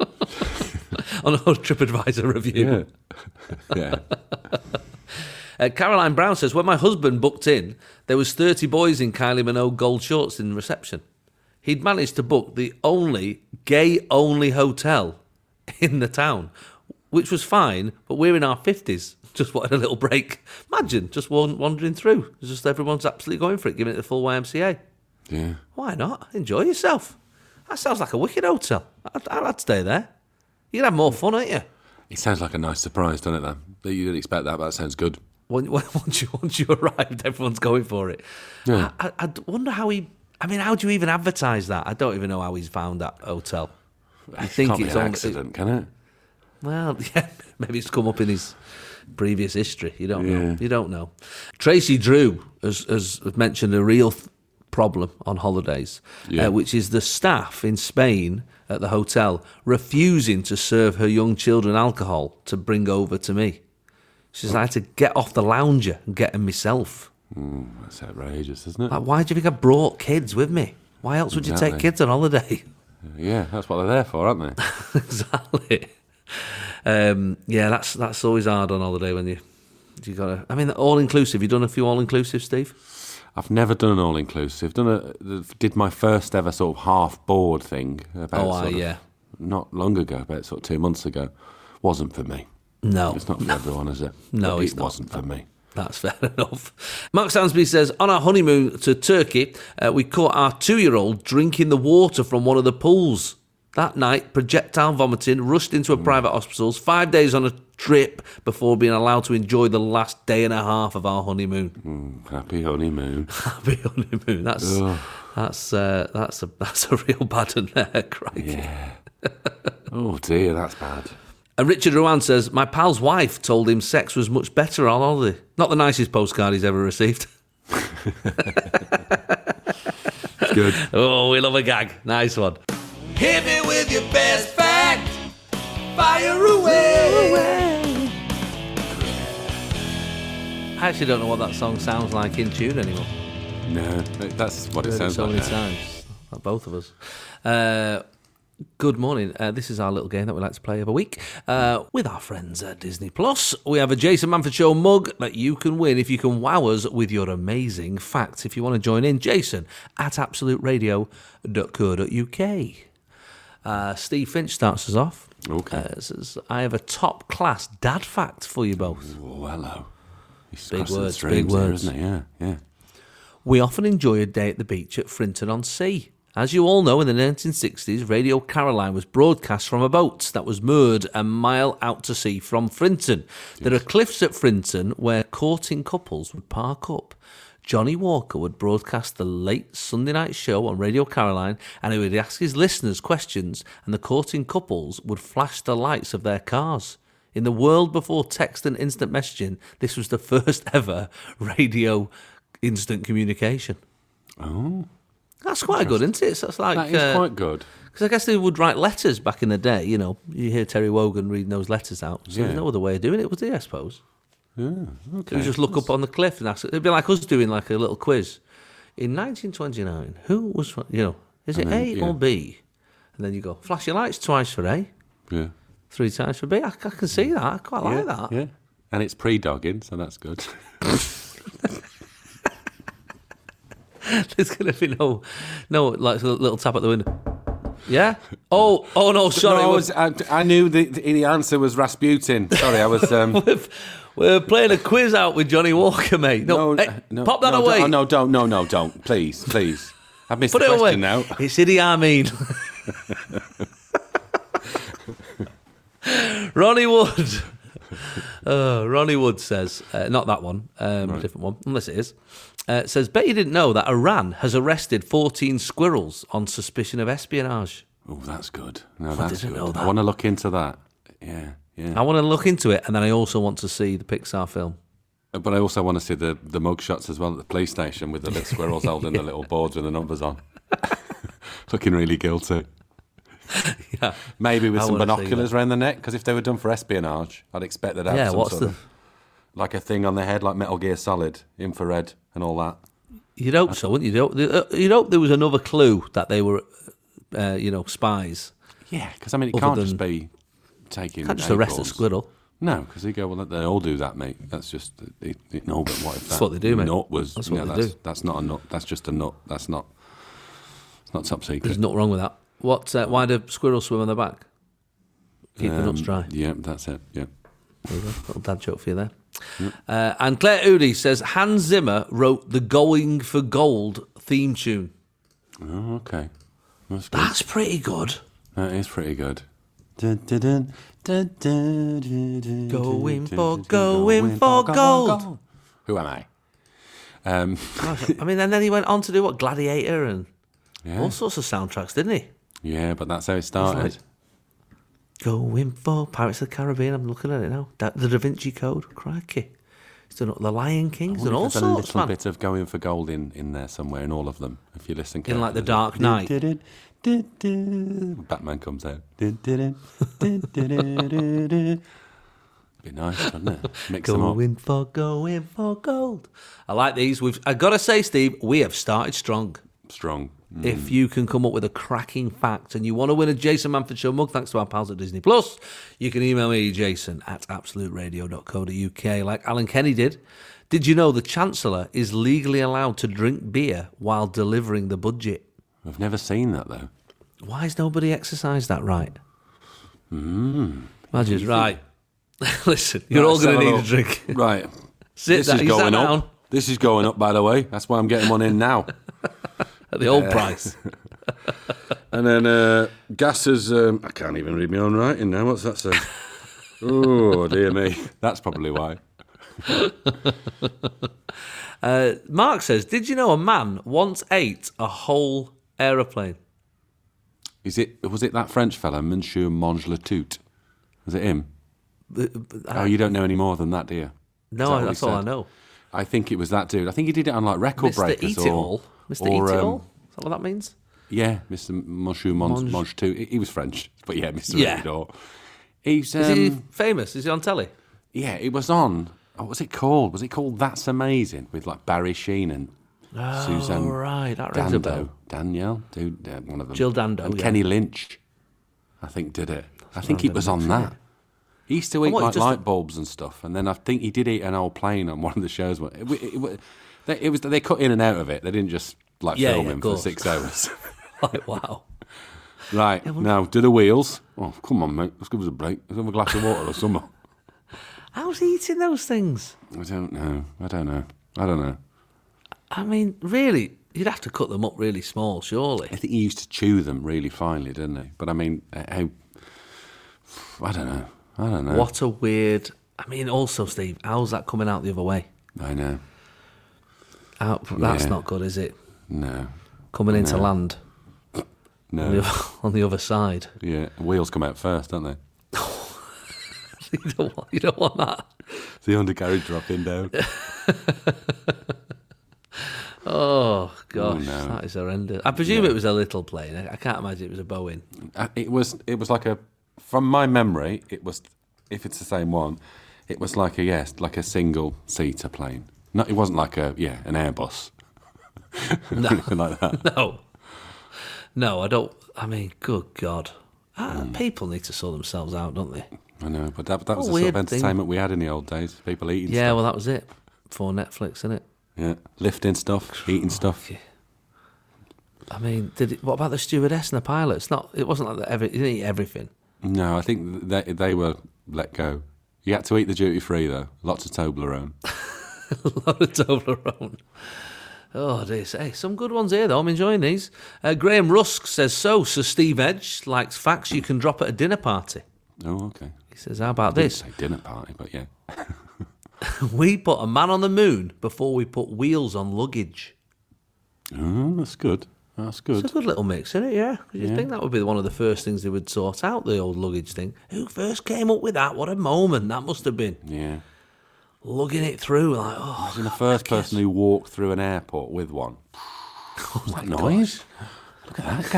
On a TripAdvisor review. Yeah. yeah. Uh, Caroline Brown says, when my husband booked in, there was 30 boys in Kylie Minogue gold shorts in reception. He'd managed to book the only gay-only hotel in the town, which was fine, but we're in our 50s. Just wanted a little break. Imagine just wan- wandering through. It's Just everyone's absolutely going for it, giving it the full YMCA. Yeah. Why not? Enjoy yourself. That sounds like a wicked hotel. I'd, I'd stay there. You'd have more fun, ain't you? It sounds like a nice surprise, doesn't it, then? That you didn't expect that, but that sounds good. When- when- once you once you arrived, everyone's going for it. Yeah. I, I, I wonder how he. I mean, how do you even advertise that? I don't even know how he's found that hotel. I think Can't be it's an on- accident, can it? Well, yeah, maybe it's come up in his previous history. You don't know. Yeah. You don't know. Tracy Drew has, has mentioned a real th- problem on holidays, Yeah. uh, which is the staff in Spain at the hotel refusing to serve her young children alcohol to bring over to me. She's like, I had to get off the lounger and get them myself. That's outrageous, isn't it? Like, why do you think I brought kids with me? Why else would you take Exactly. kids on holiday? Yeah, that's what they're there for, aren't they? exactly. Um, yeah, that's that's always hard on holiday when you you gotta. I mean, all inclusive. You done a few all inclusive, Steve? I've never done an all inclusive. Done a did my first ever sort of half board thing about Oh, uh, sort of- yeah. not long ago, about sort of two months ago. Wasn't for me. No, It's not for everyone, is it? No, it it's not. wasn't for me. That's fair enough. Mark Sansby says on our honeymoon to Turkey, uh, we caught our two-year-old drinking the water from one of the pools. That night, projectile vomiting, rushed into a Mm. private hospital, five days on a trip before being allowed to enjoy the last day and a half of our honeymoon. Happy honeymoon. happy honeymoon. That's that's uh, that's a that's a real bad one there, crikey. oh dear, that's bad. And Richard Rowan says, My pal's wife told him sex was much better on holiday. Not the nicest postcard he's ever received. It's good. oh, we love a gag. Nice one. Hit me with your best fact. Fire away. I actually don't know what that song sounds like in tune anymore. no, that's what it heard sounds it so like. many now. times. Like both of us. Uh, good morning. Uh, this is our little game that we like to play every week uh, with our friends at Disney Plus. We have a Jason Manford Show mug that you can win if you can wow us with your amazing facts. If you want to join in, Jason at absoluteradio.co.uk. Uh, Steve Finch starts us off. Okay. Uh, says, I have a top class dad fact for you both. Oh, hello. He's Big crossing words, big streams here, words. isn't he? Yeah, yeah. We often enjoy a day at the beach at Frinton on Sea. As you all know, in the 1960s, Radio Caroline was broadcast from a boat that was moored a mile out to sea from Frinton. There are cliffs at Frinton where courting couples would park up. Johnny Walker would broadcast the late Sunday night show on Radio Caroline and he would ask his listeners questions, and the courting couples would flash the lights of their cars. In the world before text and instant messaging, this was the first ever radio instant communication. Oh, That's quite good, isn't it? So That's like uh, that is because quite good. I guess they would write letters back in the day. You know, you hear Terry Wogan reading those letters out. So Yeah. there's no other way of doing it, was there? I suppose. Okay. You just look up on the cliff and ask. It'd be like us doing like a little quiz. In 1929, who was you know? Is it And then, A yeah. or B? And then you go flash your lights twice for A, Yeah. three times for me. I, I can see that. I quite like that. Yeah. And it's pre dogging, so that's good. There's gonna be no, no, like a little tap at the window. Yeah. Oh, oh no, sorry. no, I, we're- was, I, I knew the, the, the answer was Rasputin. Sorry, I was. Um, we're, we're playing a quiz out with Johnny Walker, mate. No, no, hey, no, pop that no, away. Don't, oh, no, don't. No, no, don't. Please, please. I've missed Put the it away. question now. It's Idi Amin. Ronnie Wood. Uh, Ronnie Wood says, uh, not that one, um, a different one, unless it is. Uh, says, bet you didn't know that Iran has arrested 14 squirrels on suspicion of espionage. Oh, that's good. No, that's didn't good. know that. I want to look into that. Yeah, yeah. I want to look into it, and then I also want to see the Pixar film. But I also want to see the, the mug shots as well at the police station with the little squirrels holding the little boards with the numbers on. Looking really guilty. Yeah. Maybe with I some wanna see binoculars round the neck, because if they were done for espionage, I'd expect they'd have Yeah, some what's sort the- of like a thing on their head, like Metal Gear Solid, infrared, and all that. You'd hope so, wouldn't you? You'd hope- You'd hope there was another clue that they were, uh, you know, spies. Yeah, because I mean, it Other can't than- just be taking. Can't just arrest a acorns. squirrel. No, because they go, well, they all do that, mate. That's just it, it, no, but what if that That's what they do, mate. Nut was That's what yeah, they that's, do. That's not a nut. That's just a nut. That's not. It's not top secret. There's nothing wrong with that. What? Uh, why do squirrels swim on their back? Keep the nuts Um, dry. Yeah, that's it. Yeah. There you go. Little dad joke for you there. Uh, and Claire Udi says Hans Zimmer wrote the "Going for Gold" theme tune. Oh, okay. That's good. That's pretty good. That is pretty good. Dun-dun-dun, dun-dun-dun-dun-dun, Going for- dun-dun-dun, going for gold. Who am I? Um, I mean, and then he went on to do what Gladiator and yeah. all sorts of soundtracks, didn't he? yeah, but that's how it started. Going for Pirates of the Caribbean. I'm looking at it now. Da- the Da Vinci Code. Crikey. He's done the Lion King. He's done Wonder if all there's a sorts, little man. bit of going for gold in, in there somewhere in all of them. If you listen, In, like, The carefully. Dark Knight. Batman comes out. Be nice, wouldn't it? Mix them up. Going for going for gold. I like these. We've I gotta say, Steve, we have started strong. Strong. If you can come up with a cracking fact and you want to win a Jason Manford Show mug, thanks to our pals at Disney Plus, you can email me, jason at absoluteradio.co.uk, like Alan Kenny did. Did you know the Chancellor is legally allowed to drink beer while delivering the budget? I've never seen that though. Why has nobody exercised that right? Imagine, right. Listen, you're all going to Hmm. Let's have need a look. drink. Right. Sit this down. is You sat going up. down? This is going up, by the way. That's why I'm getting one in now. at the old price. And then uh, gas is. Um, I can't even read my own writing now. What's that say? oh, dear me. That's probably why. Mark says, "Did you know a man once ate a whole aeroplane?" Is it? Was it that French fella, Monsieur Mange Latoute? Was it him? Uh, oh, you don't know any more than that, do you? No, Is that what he that's all I said? know. I think it was that dude. I think he did it on like record Mr. breakers Eat or It All. Mr. or, Eat It um, All. Is that what that means? Yeah, Mr. Monsieur Mange, Mange Too. He he was French, but yeah, Mr. Yeah. Eat It All. He's, um, Is he famous? Is he on telly? yeah, it was on. Oh, what was it called? Was it called That's Amazing with like Barry Sheen and Suzanne All Oh, right, that rings Dando, a bell. Danielle, dude, uh, one of them. Jill Dando, and yeah. Kenny Lynch, I think did it. I think he was on that. He used to eat what, like Oh, just- light bulbs and stuff, and then I think he did eat an old plane on one of the shows. It, it, it, it, was they cut in and out of it. They didn't just like Yeah, film yeah, him of for course. six hours. Like, wow. right now, do the wheels? Oh, come on, mate. Let's give us a break. Let's have a glass of water or something. How's he eating those things? I don't know. I don't know. I don't know. I mean, really, you'd have to cut them up really small, surely. I think he used to chew them really finely, didn't he? But I mean, uh, how? I don't know. I don't know. What a weird. I mean, also, Steve, how's that coming out the other way? I know. Out, that's Yeah. not good, is it? No. Coming into land on the, No. other, on the other side. Yeah. Wheels come out first, don't they? you, don't want, you don't want that. The undercarriage dropping down. Oh gosh, no. that is horrendous. I presume it was a little plane. I, I can't imagine it was a Boeing. Uh, it was. It was like a. From my memory, it was. If it's the same one, it was like a yes, like a single seater plane. No, it wasn't like a yeah, an Airbus. No. like that. No, no, I don't. I mean, good God, Ah, Hmm. People need to sort themselves out, don't they? I know, but that, that was a the sort weird of thing. entertainment we had in the old days. People eating Yeah, well, that was it for Netflix, innit? stuff. Yeah. Lifting stuff, eating stuff. I mean, did it, what about the stewardess and the pilot? It's not. It wasn't like that. Every, you didn't eat everything. No, I think they, they were let go. You had to eat the duty free, though. Lots of Toblerone. A lot of Toblerone. Oh, dear. Hey, some good ones here, though. I'm enjoying these. Uh, Graham Rusk says so. Sir Steve Edge likes facts you can drop at a dinner party. Oh, okay. He says, "How about this? It's a dinner party, but yeah. We put a man on the moon before we put wheels on luggage." Oh, that's good. That's good. It's a good little mix, isn't it? Yeah. You Yeah. would think that would be one of the first things they would sort out the old luggage thing. Who first came up with that? What a moment that must have been. yeah. Lugging it through like, oh, And the first person who walked through an airport with one. Oh What's that noise? Look at that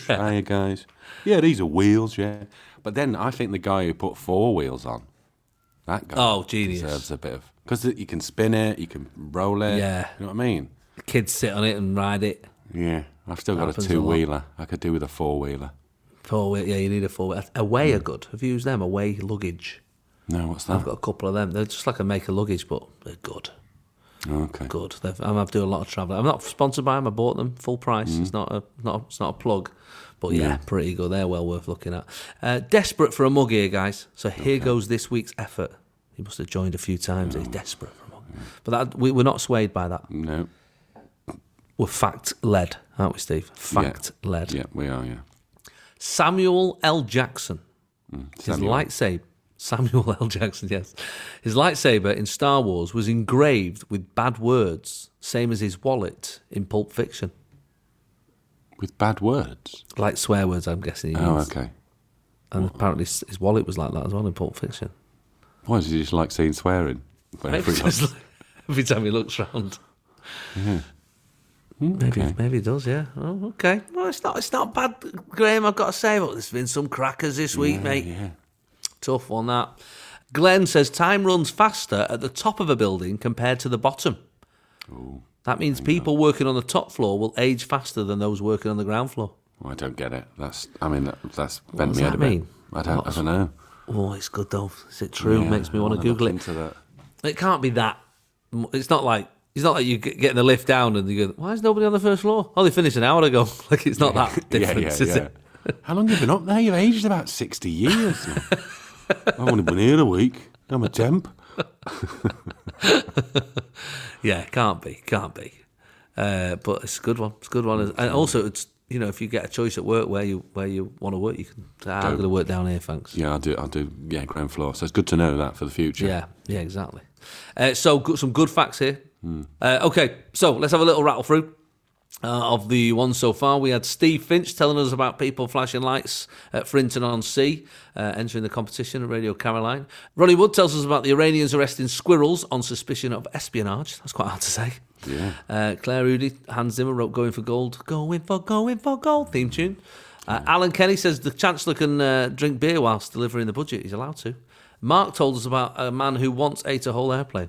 guy. Hiya, guys. Yeah, these are wheels, yeah. But then I think the guy who put four wheels on, that guy. Oh, genius. Deserves a bit of. Because you can spin it, you can roll it. Yeah. You know what I mean? kids sit on it and ride it. Yeah. I've still got Happens a a lot. two wheeler. I could do with a four wheeler. Four wheel, yeah, you need a four wheel. Away Hmm. are good. Have you used them? Away luggage. No, what's I've that? got a couple of them. They're just like a make a luggage, but they're good. okay. Good. They've, I'm, I've doing a lot of travelling. I'm not sponsored by them. I bought them full price. It's not a not a, it's not a plug, but yeah, Hmm. Yeah. pretty good. They're well worth looking at. Uh, desperate for a mug here, guys. So here goes this week's effort. He must have joined a few times. Oh. He's desperate for a mug, but that, we, we're not swayed by that. No. We're fact led, aren't we, Steve? Fact led. Yeah, we are, yeah. Samuel L. Jackson. His Samuel. lightsaber, Samuel L. Jackson, yes. His lightsaber in Star Wars was engraved with bad words, same as his wallet in Pulp Fiction. With bad words. Like swear words, I'm guessing he Oh, means. okay. And apparently his his wallet was like that as well in Pulp Fiction. Why does he just like seeing swearing? Maybe Everyone- just like- every time he looks round. Hmm, Maybe, okay. maybe he does, yeah. Oh, okay. Well, it's not, it's not bad, Graham. I've got to say, but there's been some crackers this week, mate. Yeah. Tough one that. Glenn says time runs faster at the top of a building compared to the bottom. that means people working on the top floor will age faster than those working on the ground floor. Well, I don't get it. That's. I mean, that, that's bent does me out that a mean? bit. I don't. What's- I don't know. Oh, it's good though. Is it true? Yeah, Makes me I want to wanna Google look it. Into that. It can't be that. m- It's not like it's not like you get get the lift down and you go, "Why is nobody on the first floor?" Oh, they finished an hour ago. Like it's not that difference, yeah, is yeah, it? yeah. How long have you been up there? You've aged about sixty years. now. I've only been here a week. I'm a temp. Yeah, can't be, can't be. Uh, but it's a good one. It's a good Mm, one, and also it's you know if you get a choice at work where you where you want to work, you can. say, "Ah, I'm Don't. going to work down here, thanks. Yeah, I do. I do. Yeah, ground floor. So it's good to know that for the future. Yeah, yeah, exactly. Uh, so good, some good facts here. Uh, okay, so let's have a little rattle through. Uh, of the ones so far, we had Steve Finch telling us about people flashing lights at Frinton on Sea, uh, entering the competition at Radio Caroline. Ronnie Wood tells us about the Iranians arresting squirrels on suspicion of espionage. That's quite hard to say. Yeah. Uh, Claire Udy, Hans Zimmer wrote "Going for Gold," "Going for Going for Gold" theme tune. Uh, Alan Kenny says the Chancellor can uh, drink beer whilst delivering the budget. He's allowed to. Mark told us about a man who once ate a whole airplane.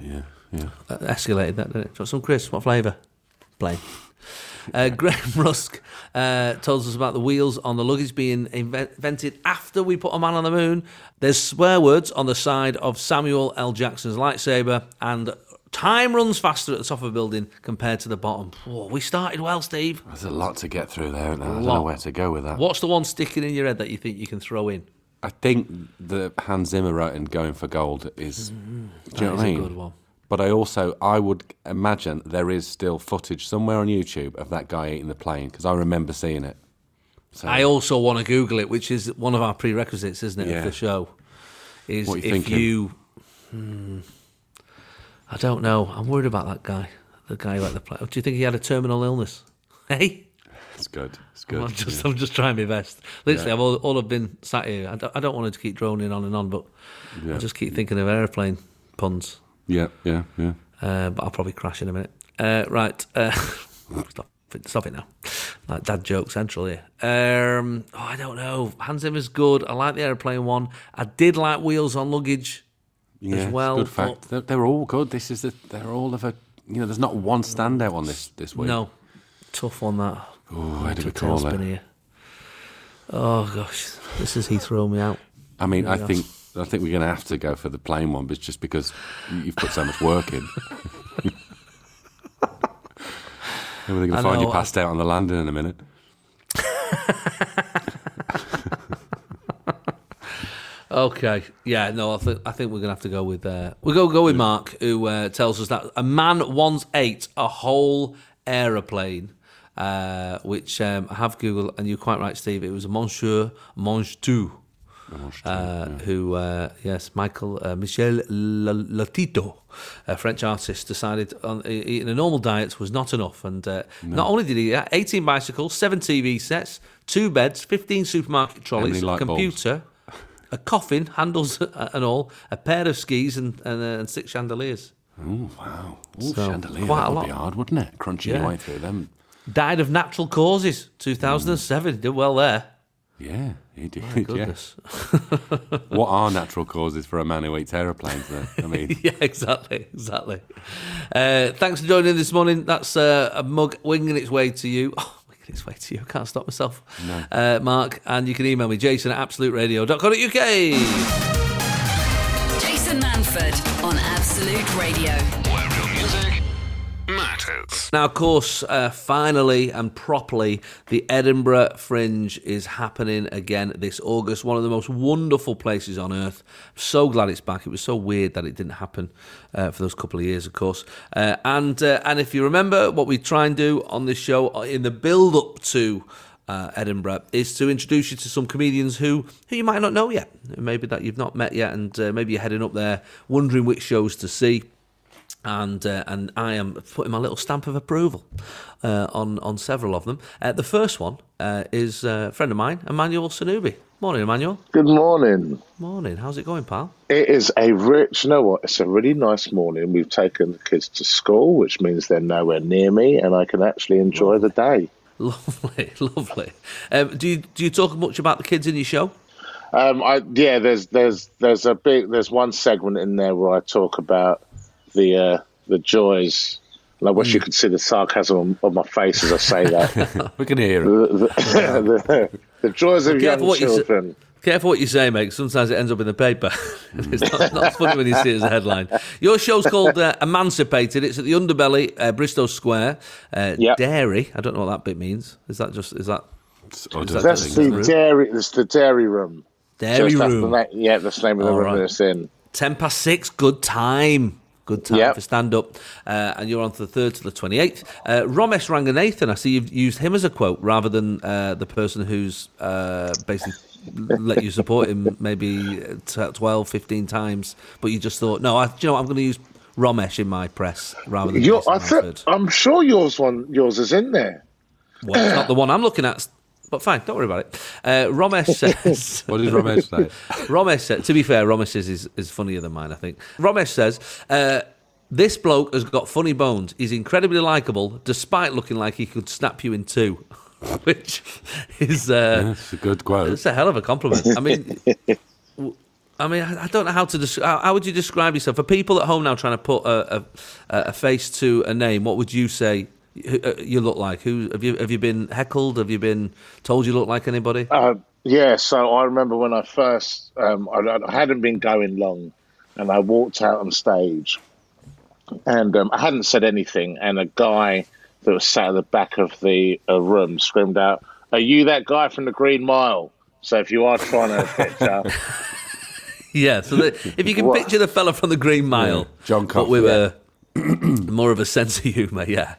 Yeah. Yeah. That escalated that, didn't it? Do you want some Chris? What flavour? Plain. Uh, Graham Rusk uh, tells us about the wheels on the luggage being inven- invented after we put a man on the moon. There's swear words on the side of Samuel L. Jackson's lightsaber, and time runs faster at the top of a building compared to the bottom. Whoa, we started well, Steve. There's a lot to get through there. Isn't there? I don't Lot. know where to go with that. What's the one sticking in your head that you think you can throw in? I think the Hans Zimmer writing "Going for Gold" is. do you know Mm. That what I is a mean? good one. But I also I would imagine there is still footage somewhere on YouTube of that guy eating the plane because I remember seeing it. So I also want to Google it, which is one of our prerequisites, isn't it, Yeah. of the show? Is What you if thinking? you, hmm, I don't know. I'm worried about that guy. The guy who had the play. Do you think he had a terminal illness? Hey, it's good. It's I'm good. just I'm just trying my best. Literally, I've all, all I've been sat here. I don't, I don't want to keep droning on and on, but I Yeah. just keep thinking of airplane puns. Yeah, yeah, yeah. Uh, but I'll probably crash in a minute. Uh, right. Uh, stop, it, stop it now. Like dad joke central here. Um, oh, I don't know. Hans Zimmer's good. I like the aeroplane one. I did like Wheels on Luggage. yeah. As it's well, good fact. They're, they're all good. This is the, they're all of a you know. There's not one standout on this this week. No. Tough one, that. Ooh, where do we Took a call tailspin it? here. Oh gosh, this is he throwing me out. I mean, I Yeah. think I think we're going to have to go for the plain one, but it's just because you- you've put so much work in. They're going I to find you know. passed out on the landing in a minute. Okay, yeah, no, I think I think we're gonna have to go with uh, we go go with Mark, who uh, tells us that a man once ate a whole aeroplane, uh, which um, I have Googled, and you're quite right, Steve. It was Monsieur Mangetou, uh, who uh, yes, Michael uh, Michel L- Lotito, a French artist, decided on e- eating a normal diet was not enough, and uh, not only did he eat that, 18 bicycles, seven TV sets, two beds, 15 supermarket trolleys, light bulbs? computer computer, a coffin, handles uh, and all, a pair of skis and, and, uh, and six chandeliers. Oh wow! Ooh, So, chandelier, quite that a would be lot. hard, wouldn't it? Crunching Yeah. your way through them. Died of natural causes, 2007. Did well there. Yeah, he did. Yeah. Goodness. What are natural causes for a man who eats aeroplanes? Though? I mean, Yeah, exactly, exactly. Uh, thanks for joining this morning. That's uh, a mug winging its way to you. Oh, winging its way to you. I can't stop myself. Uh, Mark, and you can email me, jason at absoluteradio.co.uk. Jason Manford on Absolute Radio. Where real music matters. Now, of course, uh, finally and properly, the Edinburgh Fringe is happening again this August. One of the most wonderful places on earth. I'm so glad it's back. It was so weird that it didn't happen uh, for those couple of years, of course. Uh, and uh, and if you remember, what we try and do on this show uh, in the build up to uh, Edinburgh is to introduce you to some comedians who who you might not know yet, maybe that you've not met yet, and uh, maybe you're heading up there wondering which shows to see and uh, and I am putting my little stamp of approval uh, on on several of them. Uh, the first one uh, is uh, a friend of mine, Emmanuel Sanubi. Morning, Emmanuel. Good morning. Morning. How's it going, pal? It is a rich, you know what? It's a really nice morning. We've taken the kids to school, which means they're nowhere near me, and I can actually enjoy the day. Lovely, lovely. Um, do you do you talk much about the kids in your show? Um, I yeah, there's there's there's a big there's one segment in there where I talk about the uh, the joys. And I wish Mm. you could see the sarcasm on, on my face as I say that. the, we can hear it. the, the, the joys of Careful young what you say- children. Careful what you say, mate. Sometimes it ends up in the paper. it's not, not as funny when you see it as a headline. Your show's called uh, Emancipated. It's at the Underbelly, uh, Bristol Square, uh, Yep. Dairy. I don't know what that bit means. Is that just is that It's odd, that I That's think. the the room. dairy. That's the dairy room. So Dairy it's- that's the Room? na- yeah, that's the name of the All room right. that it's in. Ten past six, good time. Good time Yep. for stand up. Uh, and you're on to the 3rd to the 28th. Uh, Ramesh Ranganathan, I see you've used him as a quote rather than uh, the person who's uh, basically let you support him maybe uh, t- 12, 15 times. But you just thought, no, I, do you know what? I'm going to use Ramesh in my press rather than. Your, Jason I th- Manford. I'm sure yours one yours is in there. well, it's not the one I'm looking at. But fine, don't worry about it. Uh, Ramesh says. What did Ramesh say? Uh, Romesh said, to be fair, Romesh's is, is funnier than mine, I think. Romesh says, uh, this bloke has got funny bones. He's incredibly likable, despite looking like he could snap you in two, which is uh, That's a good quote. it's a hell of a compliment. I mean, w- I mean, I I don't know how to describe. How, how would you describe yourself for people at home now trying to put a, a, a face to a name? What would you say you uh, you look like? Who have you have you been heckled? Have you been told you look like anybody? Uh, yeah, so I remember when I first um, I, I hadn't been going long, and I walked out on stage, and um, I hadn't said anything, and a guy that was sat at the back of the uh, room screamed out, "Are you that guy from the Green Mile?" So if you are trying to picture, Yeah, so that, if you can What? picture the fella from the Green Mile, Yeah, John but with a more of a sense of humour, yeah.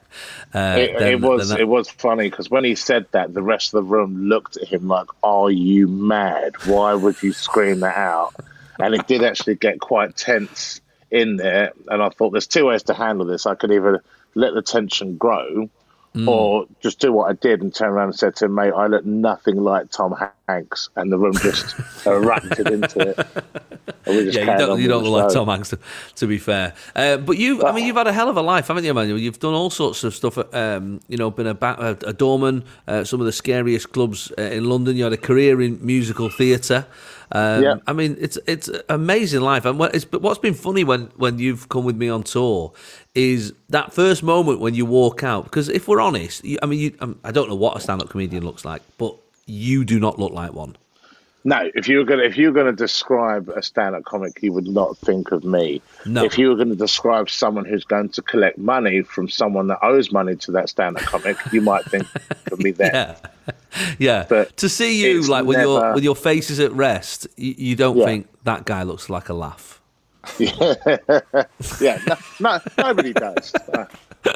Uh, it, then- it was then that- it was funny because when he said that, the rest of the room looked at him like, "Are you mad? Why would you scream that out?" And it did actually get quite tense in there. And I thought, there's two ways to handle this. I could either let the tension grow, Mm. or just do what I did and turn around and said to him, "Mate, I look nothing like Tom Hanks," and the room just erupted into it. And we just yeah, you carried on don't, you with don't the look like show. Tom Hanks, to, to be fair. Uh, but you, I mean, you've had a hell of a life, haven't you, Emmanuel? You've done all sorts of stuff. Um, you know, been a, ba- a, a doorman, uh, some of the scariest clubs uh, in London. You had a career in musical theatre. Um, Yeah. I mean, it's it's an amazing life. And what, it's, but what's been funny when when you've come with me on tour is that first moment when you walk out. Because if we're honest, you, I mean, you, um, I don't know what a stand-up comedian looks like, but you do not look like one. No, if you were gonna if you were gonna describe a stand-up comic, you would not think of me. No. If you were gonna describe someone who's going to collect money from someone that owes money to that stand-up comic, you might think of me then. Yeah, But to see you it's like when your never- when your face is at rest, you, you don't Yeah. think that guy looks like a laugh. Yeah, no, no nobody does. No.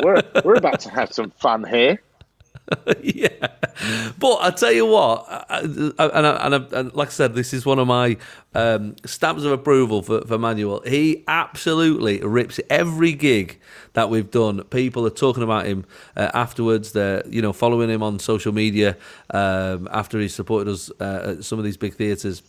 We're we're about to have some fun here. yeah. But I tell you what, I, I- and, I, and, I, and like I said, this is one of my um, stamps of approval for, for Manuel. He absolutely rips it. every gig that we've done. People are talking about him uh, afterwards. They're you know following him on social media um, after he supported us uh, at some of these big theatres.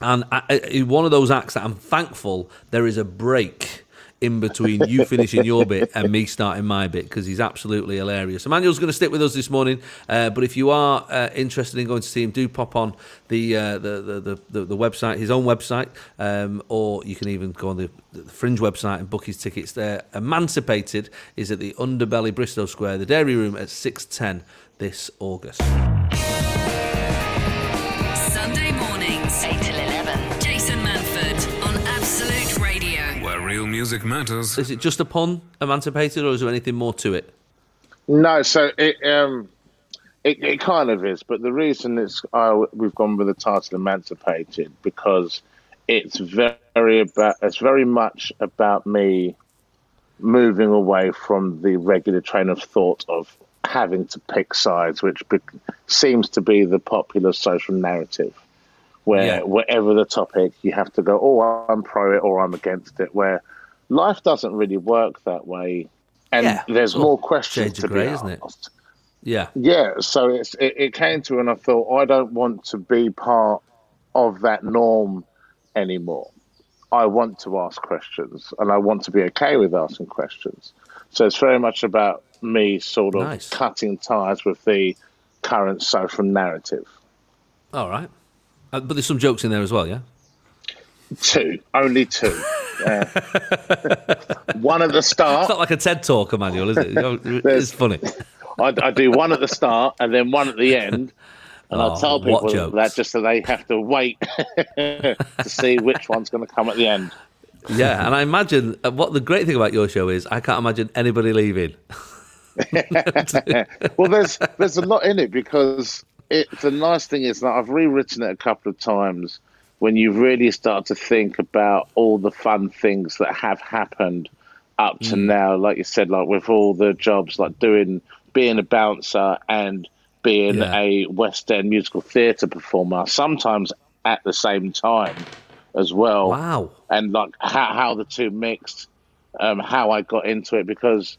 And I, I, he's one of those acts that I'm thankful there is a break in between you finishing your bit and me starting my bit because he's absolutely hilarious. Emmanuel's going to stick with us this morning, uh, but if you are uh, interested in going to see him, do pop on the uh, the, the, the, the the website, his own website, um, or you can even go on the, the Fringe website and book his tickets there. Emancipated is at the Underbelly Bristol Square, the Dairy Room at six ten this August. Sunday mornings, 8 till 11. Jason Manford on Absolute Radio. Where real music matters. Is it just a pun, Emancipated, or is there anything more to it? No, so it um, it, it kind of is, but the reason it's I we've gone with the title "Emancipated" because it's very about it's very much about me moving away from the regular train of thought of having to pick sides, which be- seems to be the popular social narrative, where Yeah. whatever the topic, you have to go, "Oh, I'm pro it" or "I'm against it." Where life doesn't really work that way. And Yeah. there's Well, more questions shades of to grey, be isn't it? asked. Yeah, Yeah, so it's it, it came to, and I thought I don't want to be part of that norm anymore. I want to ask questions, and I want to be okay with asking questions. So it's very much about me sort of Nice. cutting ties with the current social narrative. all right. Uh, but there's some jokes in there as well, yeah. Two, only two. Yeah. one at the start. It's not like a TED talk, Emmanuel, is it? It's There's- funny. I, I do one at the start and then one at the end. And Oh, I tell what people jokes. that just so they have to wait to see which one's going to come at the end. Yeah, and I imagine uh, what the great thing about your show is, I can't imagine anybody leaving. Well, there's there's a lot in it because it, the nice thing is that I've rewritten it a couple of times when you really start to think about all the fun things that have happened up to Mm. now. Like you said, like with all the jobs, like doing being a bouncer and being Yeah. a West End musical theatre performer, sometimes at the same time as well Wow. and like how, how the two mixed, um, how I got into it because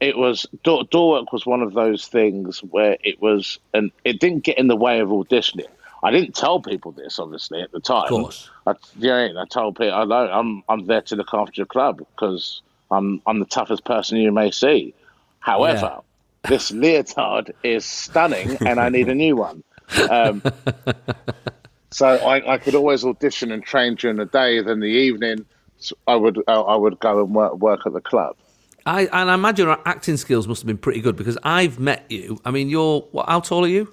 it was door, door work was one of those things where it was and it didn't get in the way of auditioning. I didn't tell people this obviously at the time. course. I, yeah, I told people I know I'm I'm there to look after your club because I'm I'm the toughest person you may see. However, this leotard is stunning, and I need a new one. Um, so I, I could always audition and train during the day. Then the evening, s- I would I, I would go and work work at the club. I and I imagine your acting skills must have been pretty good because I've met you. I mean, you're what? How tall are you?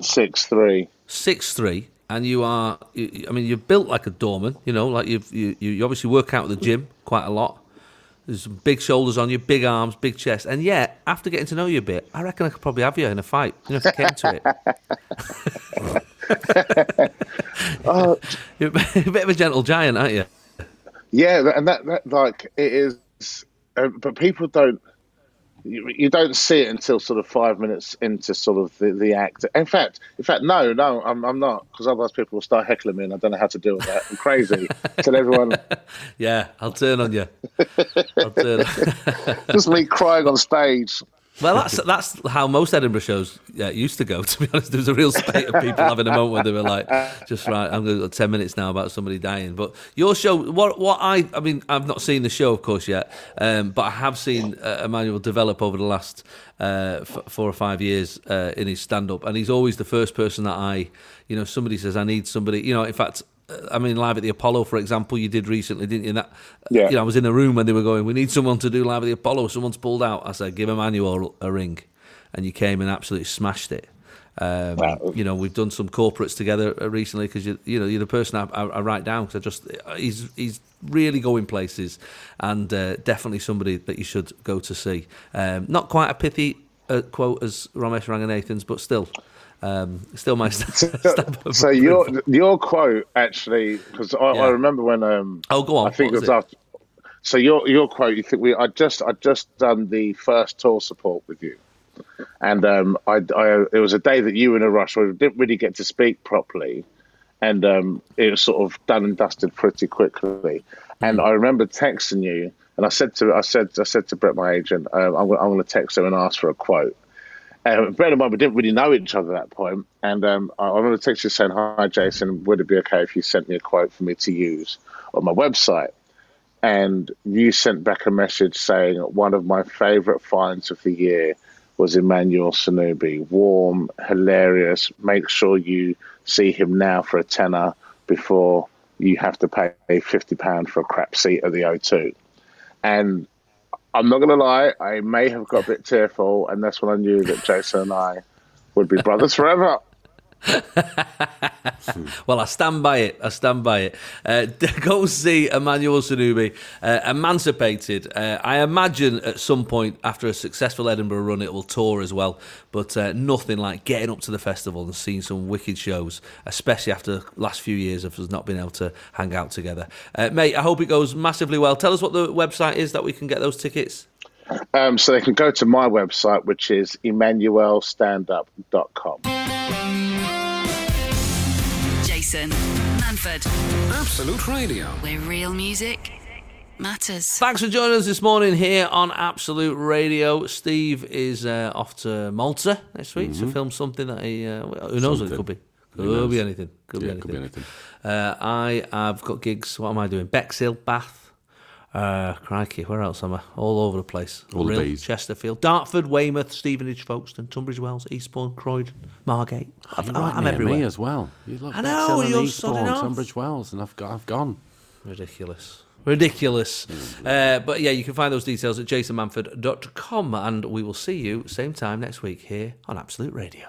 Six three. Six three, and you are. You, you- I mean, you're built like a doorman. You know, like you've, you you you obviously work out at the gym quite a lot. There's some big shoulders on you, big arms, big chest, and yet after getting to know you a bit, I reckon I could probably have you in a fight. You know, if it came to it. You're a bit of a gentle giant, aren't you? Yeah, tha- and that, that like it is, uh, but people don't. You, you don't see it until sort of five minutes into sort of the, the act. In fact, in fact, no, no, I'm I'm not because otherwise people will start heckling me and I don't know how to deal with that. I'm crazy. Tell everyone Yeah, I'll turn on you. I'll turn. just me crying on stage. Well, that's that's how most Edinburgh shows yeah, used to go. To be honest, there was a real spate of people having a moment where they were like, "Just right, I'm going to ten minutes now about somebody dying." But your show, what what I I mean, I've not seen the show, of course, yet, um, but I have seen uh, Emmanuel develop over the last uh, f- four or five years uh, in his stand up, and he's always the first person that I, you know, somebody says I need somebody, you know, in fact. uh, I mean, live at the Apollo, for example, you did recently, didn't you? And that, Yeah. you know, I was in a room when they were going, "We need someone to do live at the Apollo." Someone's pulled out. I said, "Give Emmanuel a ring," and you came and absolutely smashed it. Um, Wow. You know, we've done some corporates together uh, recently because you, you know, you're the person I, I, I write down because I just he's he's really going places, and uh, definitely somebody that you should go to see. Um, not quite a pithy uh, quote as Ramesh Ranganathan's, but still, um, still my st- stamp of so approval. your your quote actually because I, Yeah. I remember when um Oh, go on, I think what it was was it? after. So your your quote you think we I just I just done the first tour support with you, and um I, I it was a day that you were in a rush where we didn't really get to speak properly, and um it was sort of done and dusted pretty quickly, and Hmm. I remember texting you. And I said to I said I said to Brett, my agent, um, I'm, gonna- I'm going to text him and ask for a quote. Um, bear in mind, we didn't really know each other at that point, and um, I, I remember texting you saying, "Hi, Jason. Would it be okay if you sent me a quote for me to use on my website?" And you sent back a message saying, "One of my favourite finds of the year was Emmanuel Sanubi. Warm, hilarious. Make sure you see him now for a tenner before you have to pay fifty pound for a crap seat at the O2." And I'm not gonna lie, I may have got a bit tearful, and that's when I knew that Jason and I would be brothers forever. Well, I stand by it. I stand by it. Uh, go see Emmanuel Sanubi, uh, Emancipated. Uh, I imagine at some point after a successful Edinburgh run, it will tour as well. But uh, nothing like getting up to the festival and seeing some wicked shows, especially after the last few years of us not being able to hang out together. Uh, mate, I hope it goes massively well. Tell us what the website is that we can get those tickets. Um, so they can go to my website, which is emmanuelstandup.com. Jason Manford, Absolute Radio. where real music matters. Thanks for joining us this morning here on Absolute Radio. Steve is uh, off to Malta next week to film something that he. Uh, well, who knows what Mm-hmm. Something. it could be? Who Could be knows? anything. Could be Yeah, anything. it could be anything. Uh, I have got gigs. What am I doing? Bexhill, Bath. Uh, crikey, where else am I? All over the place. All the Real, bees. Chesterfield, Dartford, Weymouth, Stevenage, Folkestone, Tunbridge Wells, Eastbourne, Croydon, Margate. I've, You're I'm, right I'm near everywhere. Me as well. You like I I know, know. you're You're sodding off. Tunbridge Wells, and I've got, I've gone. Ridiculous. Ridiculous. Uh, but yeah, you can find those details at jasonmanford.com and we will see you same time next week here on Absolute Radio.